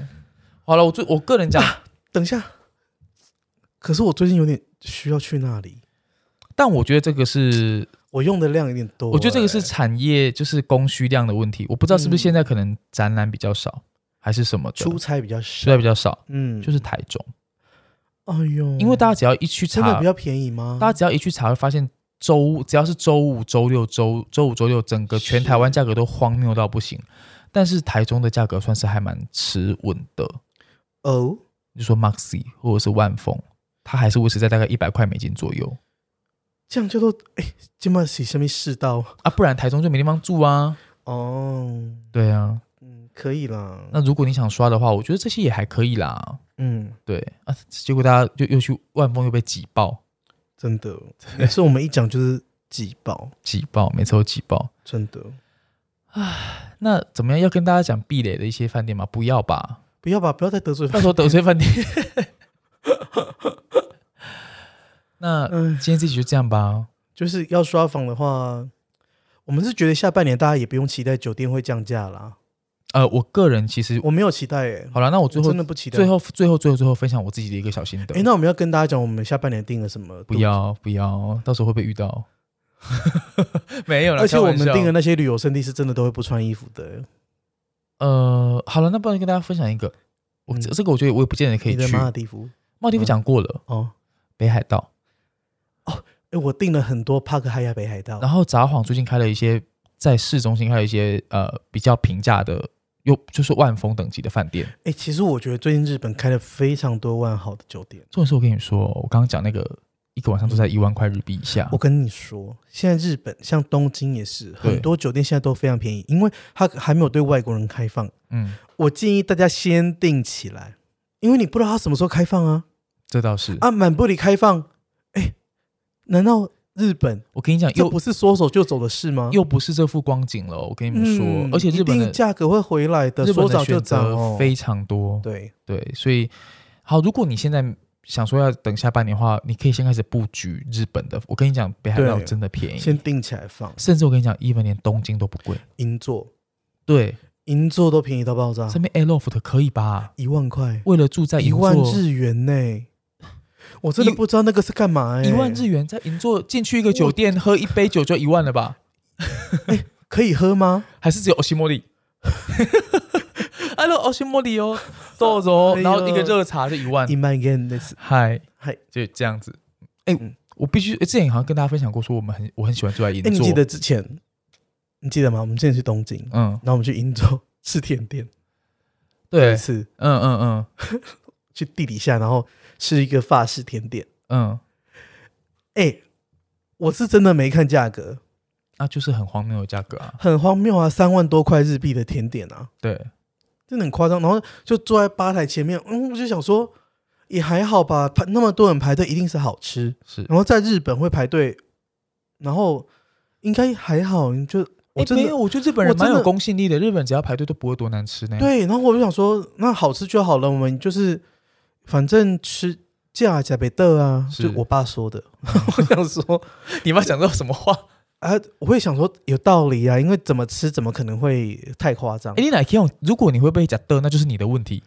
[SPEAKER 2] 好了，我最我个人讲，
[SPEAKER 1] 等一下，可是我最近有点需要去那里，
[SPEAKER 2] 但我觉得这个是，
[SPEAKER 1] 我用的量有点多欸、
[SPEAKER 2] 我觉得这个是产业就是供需量的问题，我不知道是不
[SPEAKER 1] 嗯
[SPEAKER 2] 是现在可能展览比较少，还是什么的
[SPEAKER 1] 出差比较
[SPEAKER 2] 出差
[SPEAKER 1] 少
[SPEAKER 2] 比，较少，
[SPEAKER 1] 嗯，
[SPEAKER 2] 就是台中，
[SPEAKER 1] 哎呦，
[SPEAKER 2] 因为大家只要一去
[SPEAKER 1] 真的
[SPEAKER 2] 查
[SPEAKER 1] 比，较便宜吗？
[SPEAKER 2] 大家只要一去查，会发现周只要是周五、周六、周周五、周六，整个全
[SPEAKER 1] 是
[SPEAKER 2] 台湾价格都荒谬到不行。但是台中的价格算是还蛮持稳的，
[SPEAKER 1] 哦，
[SPEAKER 2] 就说 Maxi 或者是万丰，它还是维持在大概一百块美金左右
[SPEAKER 1] 这样叫做哎，今晚是什么世道？
[SPEAKER 2] 啊，不然台中就没地方住啊。
[SPEAKER 1] 哦，
[SPEAKER 2] 对啊，
[SPEAKER 1] 嗯，可以啦，
[SPEAKER 2] 那如果你想刷的话，我觉得这些也还可以啦。
[SPEAKER 1] 嗯，
[SPEAKER 2] 对啊，结果大家就又去万丰又被挤爆，
[SPEAKER 1] 真 的，每次我们一讲就是挤爆，
[SPEAKER 2] 挤爆，每次都挤爆。
[SPEAKER 1] 真的，
[SPEAKER 2] 那怎么样？要跟大家讲避雷的一些饭店吗？不要吧。
[SPEAKER 1] 不要吧，不要再得罪
[SPEAKER 2] 到时候得罪 饭店。那
[SPEAKER 1] 嗯，
[SPEAKER 2] 今天这集就这样吧。
[SPEAKER 1] 就是要刷房的话，我们是觉得下半年大家也不用期待酒店会降价啦，
[SPEAKER 2] 呃，我个人其实
[SPEAKER 1] 我没有期待耶、
[SPEAKER 2] 好了，那我
[SPEAKER 1] 我
[SPEAKER 2] 最后
[SPEAKER 1] 真的不期待
[SPEAKER 2] 最。后最后最后最后分享我自己的一个小心得
[SPEAKER 1] 哎、。那我们要跟大家讲，我们下半年定了什么？
[SPEAKER 2] 不，要不要，到时候会被遇到。 没有了，
[SPEAKER 1] 而且
[SPEAKER 2] 开
[SPEAKER 1] 我
[SPEAKER 2] 玩
[SPEAKER 1] 们
[SPEAKER 2] 笑
[SPEAKER 1] 定的那些旅游胜地是真的都会不穿衣服的。
[SPEAKER 2] 呃，好了，那不然跟大家分享一个，我、
[SPEAKER 1] 嗯
[SPEAKER 2] 这这个我觉得我也不见得可
[SPEAKER 1] 你
[SPEAKER 2] 以
[SPEAKER 1] 的
[SPEAKER 2] 去
[SPEAKER 1] 马。尔地夫
[SPEAKER 2] 茂地夫讲过了，
[SPEAKER 1] 哦，
[SPEAKER 2] 北海道，
[SPEAKER 1] 哎、我订了很多帕克海亚北海道
[SPEAKER 2] 然，后札幌最近开了一些在市中心开了一些呃比较平价的，又就是万丰等级的饭店。
[SPEAKER 1] 哎、其实我觉得最近日本开了非常多万好的酒店。
[SPEAKER 2] 重点是我跟你说，我刚刚讲那个一个晚上都在一万块日币以下
[SPEAKER 1] 我，跟你说，现在日本像东京也是，很多酒店现在都非常便宜，因为它还没有对外国人开放。
[SPEAKER 2] 嗯，
[SPEAKER 1] 我建议大家先订起来，因为你不知道它什么时候开放啊。
[SPEAKER 2] 这倒是。
[SPEAKER 1] 啊，满不里开放，哎、难道日本
[SPEAKER 2] 我跟你讲，
[SPEAKER 1] 这
[SPEAKER 2] 啊又
[SPEAKER 1] 不是说走就走的事吗？
[SPEAKER 2] 又不是这副光景了哦，我跟你们说，
[SPEAKER 1] 嗯
[SPEAKER 2] 而且日本
[SPEAKER 1] 一
[SPEAKER 2] 的
[SPEAKER 1] 定价格会回来的，
[SPEAKER 2] 日本
[SPEAKER 1] 说
[SPEAKER 2] 的
[SPEAKER 1] 涨就
[SPEAKER 2] 选
[SPEAKER 1] 涨
[SPEAKER 2] 择
[SPEAKER 1] 哦。
[SPEAKER 2] 非常多，
[SPEAKER 1] 对，
[SPEAKER 2] 对，所以好，如果你现在想说要等下半年的话，你可以先开始布局日本的。我跟你讲，北海道
[SPEAKER 1] 对
[SPEAKER 2] 真的便宜，
[SPEAKER 1] 先定起来放。
[SPEAKER 2] 甚至我跟你讲，even 连东京都不贵。
[SPEAKER 1] 银座，
[SPEAKER 2] 对，
[SPEAKER 1] 银座都便宜到爆炸，
[SPEAKER 2] 身边 a i r l o f t 可以吧？
[SPEAKER 1] 一万块，
[SPEAKER 2] 为了住在
[SPEAKER 1] 一
[SPEAKER 2] 银
[SPEAKER 1] 万
[SPEAKER 2] 座，
[SPEAKER 1] 日元呢、我真的
[SPEAKER 2] 一
[SPEAKER 1] 不知道那个是干嘛哎、
[SPEAKER 2] 一万日元在银座进去一个酒店喝一杯酒就一万了吧？
[SPEAKER 1] 可以喝吗？
[SPEAKER 2] 还是只有欧西莫 里？Hello，欧西莫里哎 哦，哎豆子哦
[SPEAKER 1] 哎，呦
[SPEAKER 2] 然后一个热茶就一万
[SPEAKER 1] 一，万 yen 那是
[SPEAKER 2] 嗨
[SPEAKER 1] 嗨。
[SPEAKER 2] 就这样子。哎、
[SPEAKER 1] 嗯
[SPEAKER 2] 我必须、哎之前好像跟大家分享过，说我们很我很喜欢住在银
[SPEAKER 1] 哎、你
[SPEAKER 2] 座，
[SPEAKER 1] 记得之前，你记得吗？我们之前去东京，
[SPEAKER 2] 嗯，
[SPEAKER 1] 然后我们去银座 吃甜点，有
[SPEAKER 2] 对
[SPEAKER 1] 一，次
[SPEAKER 2] 嗯嗯嗯
[SPEAKER 1] 去地底下，然后吃一个法式甜点。
[SPEAKER 2] 嗯，
[SPEAKER 1] 哎、我是真的没看价格，
[SPEAKER 2] 那、啊就是很荒谬的价格啊，
[SPEAKER 1] 很荒谬啊，三万多块日币的甜点啊，
[SPEAKER 2] 对，
[SPEAKER 1] 真的很夸张。然后就坐在吧台前面，嗯，我就想说也还好吧，排那么多人排队一定是好吃。
[SPEAKER 2] 是。
[SPEAKER 1] 然后在日本会排队，然后应该还好，你就我
[SPEAKER 2] 哎、
[SPEAKER 1] 真
[SPEAKER 2] 没
[SPEAKER 1] 的、
[SPEAKER 2] 有，我觉得日本
[SPEAKER 1] 我
[SPEAKER 2] 人
[SPEAKER 1] 真
[SPEAKER 2] 蛮
[SPEAKER 1] 的
[SPEAKER 2] 有公信力的，日啊本只要排队都不会多难吃 呢。，
[SPEAKER 1] 对。然后我就想说，那好吃就好了，我们就是反正吃价加倍的啊，
[SPEAKER 2] 是
[SPEAKER 1] 就我爸说的。我想说，
[SPEAKER 2] 你妈讲到什么话？
[SPEAKER 1] 啊，我会想说有道理啊，因为怎么吃怎么可能会太夸张
[SPEAKER 2] 哎、？你哪天有如果你会被讲的，那就是你的问题。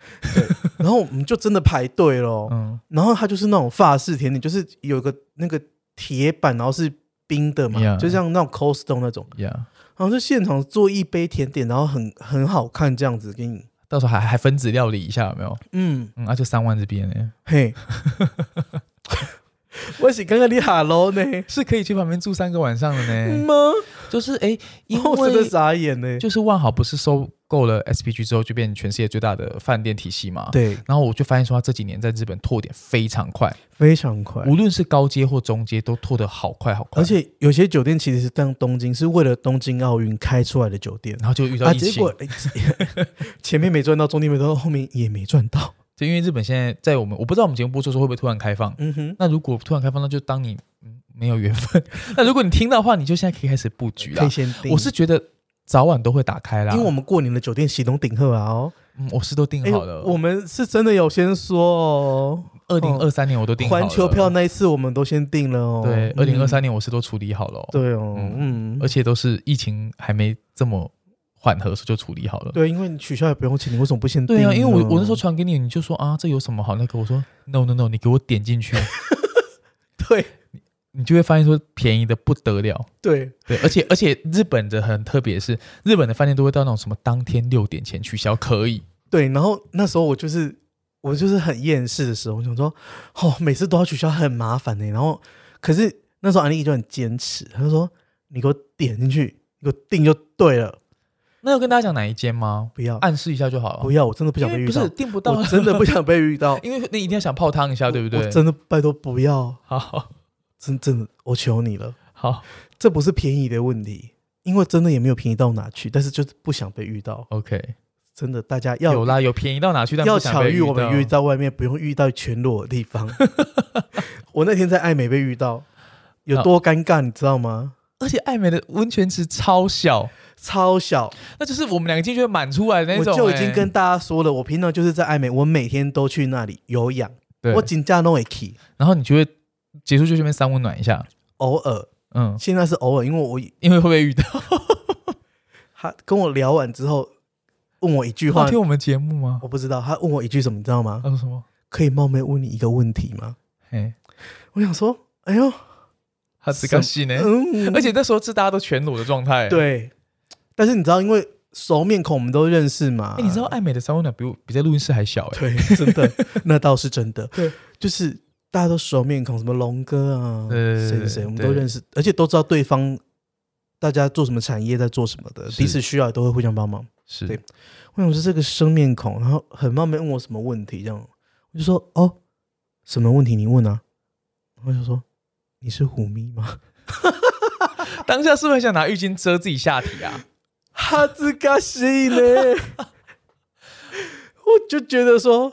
[SPEAKER 1] 然后我们就真的排队咯。
[SPEAKER 2] 嗯，
[SPEAKER 1] 然后它就是那种法式甜点，就是有个那个铁板，然后是冰的嘛
[SPEAKER 2] Yeah
[SPEAKER 1] 就像那种 cold stone 那种，
[SPEAKER 2] 呀、
[SPEAKER 1] 然后就现场做一杯甜点，然后很很好看这样子给你。
[SPEAKER 2] 到时候还还分子料理一下有没有？
[SPEAKER 1] 嗯，
[SPEAKER 2] 嗯，啊，就三万这边呢，
[SPEAKER 1] 嘿，我是刚刚你哈喽呢
[SPEAKER 2] 是可以去旁边住三个晚上的呢。
[SPEAKER 1] 吗？
[SPEAKER 2] 就是哎、因
[SPEAKER 1] 我嗯哦真的啊
[SPEAKER 2] 为
[SPEAKER 1] 傻眼呢。
[SPEAKER 2] 就是万豪不是收购了 SPG 之后，就变成全世界最大的饭店体系嘛。。
[SPEAKER 1] 对，
[SPEAKER 2] 然后我就发现说，他这几年在日本拓点非常快，
[SPEAKER 1] 非常快，
[SPEAKER 2] 无论是高阶或中阶，都拓得好快好快。
[SPEAKER 1] 而，且有些酒店其实是当东京是为了东京奥运开出来的酒店
[SPEAKER 2] 然后就遇到
[SPEAKER 1] 啊，
[SPEAKER 2] 疫
[SPEAKER 1] 结
[SPEAKER 2] 情，
[SPEAKER 1] 果哎 前面没赚到，中间没赚到，后面也没赚到。
[SPEAKER 2] 就因为日本现在在我们，我不知道我们节目播出的时候会不会突然开放。
[SPEAKER 1] 嗯哼，
[SPEAKER 2] 那如果突然开放，那就当你嗯没有缘 分。那如果你听到的话，你就现在可以开始布局
[SPEAKER 1] 可
[SPEAKER 2] 啦
[SPEAKER 1] 以。先订。
[SPEAKER 2] 我是觉啊得早晚都会打开啦，
[SPEAKER 1] 因为我们过年的酒店喜东顶鹤啊哦，
[SPEAKER 2] 嗯我是都订
[SPEAKER 1] 哎
[SPEAKER 2] 好了，
[SPEAKER 1] 我们是真的有先说哦，
[SPEAKER 2] 二零二三年我都订好了。
[SPEAKER 1] 环球票那一次我们都先订了哦。
[SPEAKER 2] 对，二
[SPEAKER 1] 嗯
[SPEAKER 2] 零二三年我是都处理好了哦，
[SPEAKER 1] 对哦，
[SPEAKER 2] 嗯
[SPEAKER 1] 嗯，
[SPEAKER 2] 而且都是疫情还没这么缓和时候就处理好了。
[SPEAKER 1] 对，因为你取消也不用钱，你为什么不先订
[SPEAKER 2] 对
[SPEAKER 1] 呢？
[SPEAKER 2] 啊，因为我我那时候传给你，你就说啊，这有什么好那个？我说 no no no，你给我点进去，
[SPEAKER 1] 对
[SPEAKER 2] 你就会发现说便宜的不得了。
[SPEAKER 1] 对，
[SPEAKER 2] 对，而且而且日本的很特别的是，日本的饭店都会到那种什么当天六点前取消可以，
[SPEAKER 1] 对，然后那时候我就是我就是很厌世的时候，我想说，哦，每次都要取消很麻烦呢、欸然后可是那时候安利就很坚持，他就说你给我点进去，你给我订就对了，
[SPEAKER 2] 那要跟大家讲哪一间吗？
[SPEAKER 1] 不要、
[SPEAKER 2] 暗示一下就好了。
[SPEAKER 1] 不要，我真的不
[SPEAKER 2] 因
[SPEAKER 1] 想被
[SPEAKER 2] 为
[SPEAKER 1] 遇
[SPEAKER 2] 不
[SPEAKER 1] 到
[SPEAKER 2] 是，订不到
[SPEAKER 1] 我，真的不想被遇到
[SPEAKER 2] 。因为你一定要想泡汤一下，对不对
[SPEAKER 1] 我？真的拜托不要，
[SPEAKER 2] 好
[SPEAKER 1] 真真的我求你了，
[SPEAKER 2] 好
[SPEAKER 1] 这不是便宜的问题，因为真的也没有便宜到哪去，但是就是不想被遇到，
[SPEAKER 2] ，OK，
[SPEAKER 1] 真的大家要
[SPEAKER 2] 有啦，有便宜到哪去？但
[SPEAKER 1] 要
[SPEAKER 2] 不想
[SPEAKER 1] 巧
[SPEAKER 2] 被
[SPEAKER 1] 遇，我们遇
[SPEAKER 2] 遇
[SPEAKER 1] 到外面不用遇到全裸的地 方。我那天在爱美被遇到，有多尴尬，你知道吗？
[SPEAKER 2] 而且爱美的温泉池超小，
[SPEAKER 1] 超小，
[SPEAKER 2] 那就是我们两个进去会满出来的那
[SPEAKER 1] 我
[SPEAKER 2] 种、
[SPEAKER 1] 就已经
[SPEAKER 2] 哎
[SPEAKER 1] 跟大家说了，我平常就是在爱美，我每天都去那里有氧，
[SPEAKER 2] 对
[SPEAKER 1] 我，紧张都会去，
[SPEAKER 2] 然后你就会结束就去那边三温暖一下，
[SPEAKER 1] 偶尔，
[SPEAKER 2] 嗯，
[SPEAKER 1] 现在是偶尔，因为我
[SPEAKER 2] 因为会不会 遇到？
[SPEAKER 1] 他跟我聊完之后，问我一句
[SPEAKER 2] 他
[SPEAKER 1] 话
[SPEAKER 2] 听，我们节目吗？
[SPEAKER 1] 我不知道，他问我一句什么，你知道吗？
[SPEAKER 2] 他说什么？
[SPEAKER 1] 可以冒昧问你一个问题吗？
[SPEAKER 2] 嘿，
[SPEAKER 1] 我想说，哎呦，
[SPEAKER 2] 他只高兴呢。
[SPEAKER 1] 嗯，
[SPEAKER 2] 而且那时候是大家都全裸的状态。，欸
[SPEAKER 1] 对，啊但是你知道，因为熟面孔我们都认识嘛，
[SPEAKER 2] 哎、你知道爱美的三温暖比我比在录音室还小哎、
[SPEAKER 1] 对，真的，那倒是真的。
[SPEAKER 2] 对，
[SPEAKER 1] 就是大家都熟面孔，什么龙哥啊，
[SPEAKER 2] 对对对
[SPEAKER 1] 谁
[SPEAKER 2] 对
[SPEAKER 1] 谁谁，我们
[SPEAKER 2] 对
[SPEAKER 1] 都认识，而且都知道对方大家做什么产业，在做什么的，
[SPEAKER 2] 是
[SPEAKER 1] 彼此需要也都会互相帮忙。
[SPEAKER 2] 是
[SPEAKER 1] 对我想说这个生面孔，然后很冒昧问我什么问题，这样我就说哦，什么问题你问啊？然后就说你是虎咪吗？
[SPEAKER 2] 当下是不是很想拿浴巾遮自己下体啊？
[SPEAKER 1] 哈兹嘎西呢？ 我就觉得说，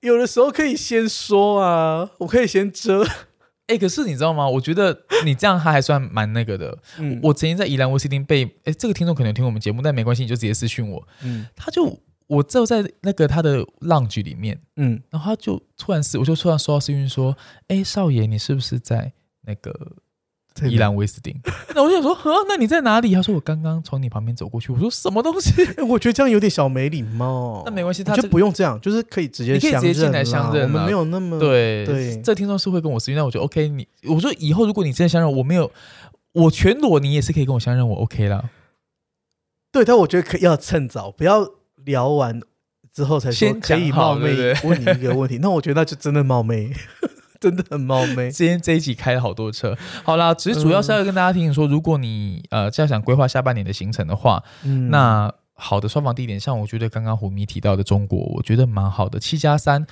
[SPEAKER 1] 有的时候可以先说啊，我可以先遮。
[SPEAKER 2] 哎、可是你知道吗？我觉得你这样他还算蛮那个的。
[SPEAKER 1] 嗯
[SPEAKER 2] 我曾经在宜兰威斯汀被哎、这个听众可能有听我们节目，但没关系，你就直接私讯我。
[SPEAKER 1] 嗯
[SPEAKER 2] 他就我就在那个他的 lounge 里面，
[SPEAKER 1] 嗯，
[SPEAKER 2] 然后他就突然是我就突然收到私讯说，哎、少爷你是不是在那个
[SPEAKER 1] 这
[SPEAKER 2] 宜
[SPEAKER 1] 个
[SPEAKER 2] 兰威斯汀？那我就想说，呵，那你在哪里？他说我刚刚从你旁边走过去。我说什么东西？
[SPEAKER 1] 哎我觉得这样有点小没礼貌。
[SPEAKER 2] 那没关系，
[SPEAKER 1] 哦你
[SPEAKER 2] 他
[SPEAKER 1] 就
[SPEAKER 2] 就
[SPEAKER 1] 不用这样，就是可以直接
[SPEAKER 2] 你可以直接进来
[SPEAKER 1] 相
[SPEAKER 2] 相认啊
[SPEAKER 1] 我们没有那么
[SPEAKER 2] 对
[SPEAKER 1] 对
[SPEAKER 2] 这听众是会跟我私讯，那我就 OK 你。我说以后如果你真的相认我，我没有我全裸，你也是可以跟我相认我 OK 啦。
[SPEAKER 1] 对，但我觉得可以要趁早，不要聊完之后才说
[SPEAKER 2] 先
[SPEAKER 1] 可
[SPEAKER 2] 讲
[SPEAKER 1] 以
[SPEAKER 2] 好
[SPEAKER 1] 冒昧
[SPEAKER 2] 对不
[SPEAKER 1] 问你一个问题。那我觉得那就真的冒昧， 真的很冒 昧。
[SPEAKER 2] 今天这一集开了好多车，好啦，只是主要是要跟大家提醒说，如果你呃这样想规划下半年的行程的话，
[SPEAKER 1] 嗯
[SPEAKER 2] 那好的双房地点，像我觉得刚刚虎迷提到的中国，我觉得蛮好的，七加三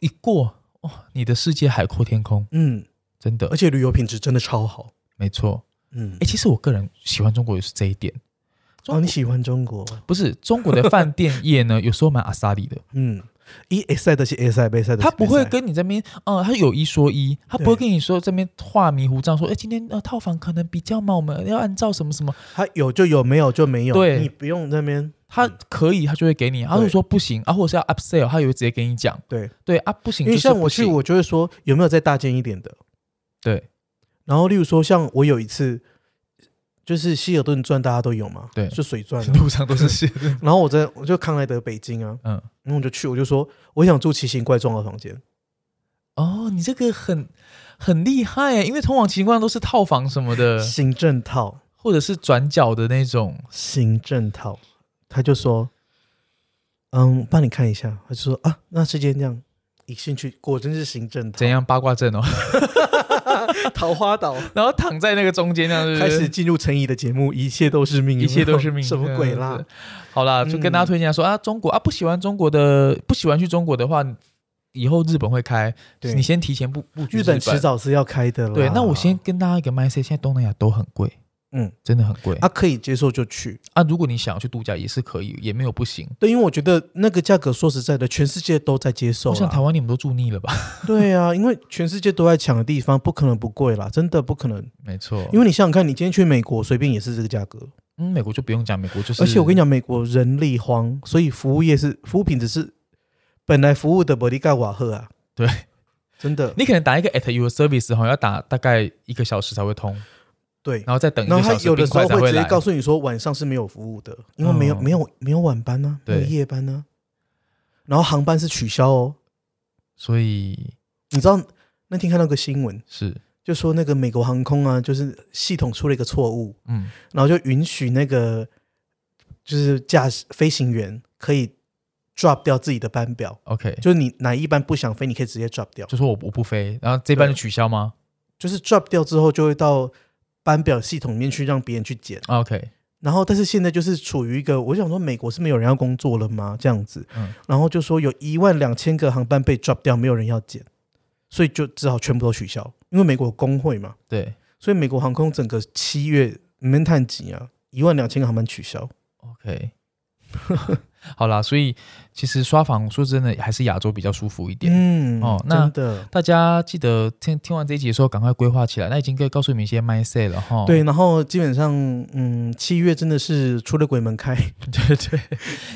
[SPEAKER 2] 一过哦，你的世界海阔天空，
[SPEAKER 1] 嗯，
[SPEAKER 2] 真的哎
[SPEAKER 1] 而，且旅游品质真的超好。
[SPEAKER 2] 没错。
[SPEAKER 1] 嗯
[SPEAKER 2] 哎、，其实我个人喜欢中国也是这一点，
[SPEAKER 1] 哦，你喜欢中国？
[SPEAKER 2] 不是中国的饭店 业呢，有时候蛮阿萨里的。
[SPEAKER 1] 嗯，一 A 赛的是 A 赛，B 赛的
[SPEAKER 2] 他不会跟你这边，嗯、他有一说一，他不会跟你说这边画迷糊账，说，哎、今天呃套房可能比较嘛，我们要按照什么什么，
[SPEAKER 1] 他有就有，没有就没有。
[SPEAKER 2] 对
[SPEAKER 1] 你不用那边
[SPEAKER 2] 他可以，他就会给你，他如果说不行啊，或者是要 upsell，他也会直接跟你讲，
[SPEAKER 1] 对，
[SPEAKER 2] 对啊，不行
[SPEAKER 1] 因
[SPEAKER 2] 就
[SPEAKER 1] 为
[SPEAKER 2] 是
[SPEAKER 1] 像
[SPEAKER 2] 不
[SPEAKER 1] 我去，
[SPEAKER 2] 行，
[SPEAKER 1] 我就会说有没有再大件一点的。
[SPEAKER 2] 对
[SPEAKER 1] 然后例如说，像我有一次，就是希尔顿钻大家都有嘛，
[SPEAKER 2] 对
[SPEAKER 1] 就水钻啊、
[SPEAKER 2] 路上都是线，
[SPEAKER 1] 然后我在我就康莱德北京啊，
[SPEAKER 2] 嗯，
[SPEAKER 1] 然后我就去，我就说我想住奇形怪状的房间，
[SPEAKER 2] 哦，你这个很很厉害耶，因为通往情况都是套房什么的，
[SPEAKER 1] 行政套，
[SPEAKER 2] 或者是转角的那种，
[SPEAKER 1] 行政套。他就说嗯，帮你看一下。”他就说：“啊，那这间这样，一进去果真是行政套，
[SPEAKER 2] 怎样八卦阵哦，
[SPEAKER 1] 桃花岛。”
[SPEAKER 2] 然后躺在那个中间那样，是不
[SPEAKER 1] 开
[SPEAKER 2] 是
[SPEAKER 1] 始进入陈怡的节目，一切都是命运，
[SPEAKER 2] 一切都是命运，
[SPEAKER 1] 什么鬼啦
[SPEAKER 2] 是？？好啦，就跟大家推荐说、啊，中国啊，不喜欢中国的，不喜欢去中国的话，以后日本会开，
[SPEAKER 1] 对
[SPEAKER 2] 你先提前布布局
[SPEAKER 1] 日本
[SPEAKER 2] 本
[SPEAKER 1] 迟早是要开的啦。
[SPEAKER 2] 对，那我先跟大家一个 m e s s a g 现在东南亚都很贵，
[SPEAKER 1] 嗯，
[SPEAKER 2] 真的很贵
[SPEAKER 1] 啊，
[SPEAKER 2] 啊
[SPEAKER 1] 可以接受就去。
[SPEAKER 2] 如果你想要去度假也是可以，也没有不行。
[SPEAKER 1] 对，因为我觉得那个价格，说实在的，全世界都在接受
[SPEAKER 2] 我想台
[SPEAKER 1] 啦。
[SPEAKER 2] 湾你们都住腻了吧？
[SPEAKER 1] 对啊，因为全世界都在抢的地方，不可能不贵啦，真的不可能。
[SPEAKER 2] 没错，
[SPEAKER 1] 因为你想想看，你今天去美国，随便也是这个价格。
[SPEAKER 2] 嗯，美国就不用讲，美国就是。
[SPEAKER 1] 而且我跟你
[SPEAKER 2] 讲，
[SPEAKER 1] 讲，美国人力荒，所以服务业是服务品质是本来服务的伯利盖瓦赫啊。
[SPEAKER 2] 对，
[SPEAKER 1] 真的。
[SPEAKER 2] 你可能打一个 at your service 哈，要打大概一个小时才会通，
[SPEAKER 1] 对，
[SPEAKER 2] 然后再等一
[SPEAKER 1] 然
[SPEAKER 2] 个
[SPEAKER 1] 后他
[SPEAKER 2] 小时，
[SPEAKER 1] 有的
[SPEAKER 2] 冰
[SPEAKER 1] 时候
[SPEAKER 2] 块才
[SPEAKER 1] 会直接
[SPEAKER 2] 来。
[SPEAKER 1] 告诉你说晚上是没有服务的，因为没有、
[SPEAKER 2] 哦
[SPEAKER 1] 没有没有晚班呢、啊，没
[SPEAKER 2] 对
[SPEAKER 1] 有夜班呢、啊，然后航班是取消哦。
[SPEAKER 2] 所以
[SPEAKER 1] 你知道那天看到个新闻，
[SPEAKER 2] 是，
[SPEAKER 1] 就说那个美国航空啊，就是系统出了一个错误，
[SPEAKER 2] 嗯，
[SPEAKER 1] 然后就允许那个就是驾驶飞行员可以 drop 掉自己的班表，
[SPEAKER 2] OK，
[SPEAKER 1] 就是你哪一班不想飞，你可以直接 drop 掉，
[SPEAKER 2] 就说我我不飞，然后这班就取消吗
[SPEAKER 1] 就是 drop 掉之后就会到班表系统里面去让别人去捡。
[SPEAKER 2] 啊？OK，
[SPEAKER 1] 然后，但是现在就是处于一个，我想说，美国是没有人要工作了吗？这样子，
[SPEAKER 2] 嗯
[SPEAKER 1] 然后就说有一万两千个航班被 drop 掉，没有人要捡，所以就只好全部都取消。因为美国有工会嘛，
[SPEAKER 2] 对
[SPEAKER 1] 所以美国航空整个七月没探几啊，一万两千个航班取消。
[SPEAKER 2] ，OK，好啦，所以其实刷房说真的还是亚洲比较舒服一点。
[SPEAKER 1] 嗯，
[SPEAKER 2] 哦那
[SPEAKER 1] 真的、
[SPEAKER 2] 大家记得听听完这一集的时候，赶快规划起来。那已经告告诉你们一些 mindset 了哈。
[SPEAKER 1] 对。然后基本上，嗯，七月真的是出了鬼门开，
[SPEAKER 2] 对对，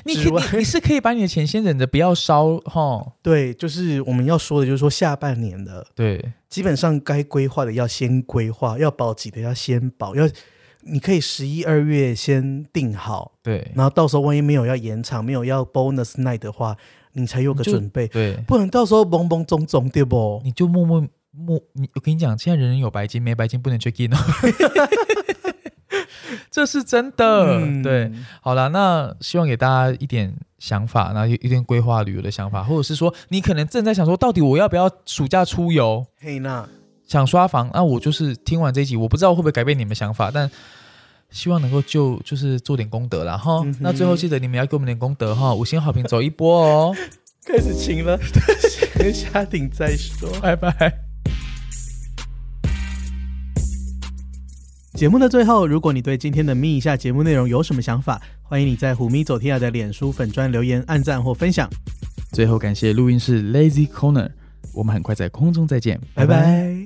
[SPEAKER 2] 你可以
[SPEAKER 1] 之外
[SPEAKER 2] 你你是可以把你的钱先忍着，不要烧哈。
[SPEAKER 1] 对，就是我们要说的，就是说下半年的
[SPEAKER 2] 对，
[SPEAKER 1] 基本上该规划的要先规划，要保级的要先保，要你可以十一二月先定好，
[SPEAKER 2] 对，
[SPEAKER 1] 然后到时候万一没有要延长，没有要 bonus night 的话，你才有个
[SPEAKER 2] 就
[SPEAKER 1] 准备，
[SPEAKER 2] 对，
[SPEAKER 1] 不能到时候懵懵懂懂，对不？
[SPEAKER 2] 你就默默默，你我跟你讲，现在人人有白金，没白金不能 check in 哦。 这是真的，呃
[SPEAKER 1] 嗯
[SPEAKER 2] 对。，好啦，那希望给大家一点想法，然后有一点规划旅游的想法，或者是说你可能正在想说，到底我要不要暑假出游，
[SPEAKER 1] 嘿娜，
[SPEAKER 2] 想刷房？那、我就是听完这一集，我不知道会不会改变你们想法，但希望能够就就是做点功德啦哈。
[SPEAKER 1] 嗯哼
[SPEAKER 2] 那最后记得你们要给我们点功德哈，五星好评走一波哦，
[SPEAKER 1] 开始晴 了，先下定再说。
[SPEAKER 2] 拜拜。
[SPEAKER 1] 节目的最后，如果你对今天的咪一下节目内容有什么想法，欢迎你在虎咪走天涯的脸书粉专留言、按赞或分享，
[SPEAKER 2] 最后感谢录音室 Lazy Corner，我们很快在空中再见，
[SPEAKER 1] 拜拜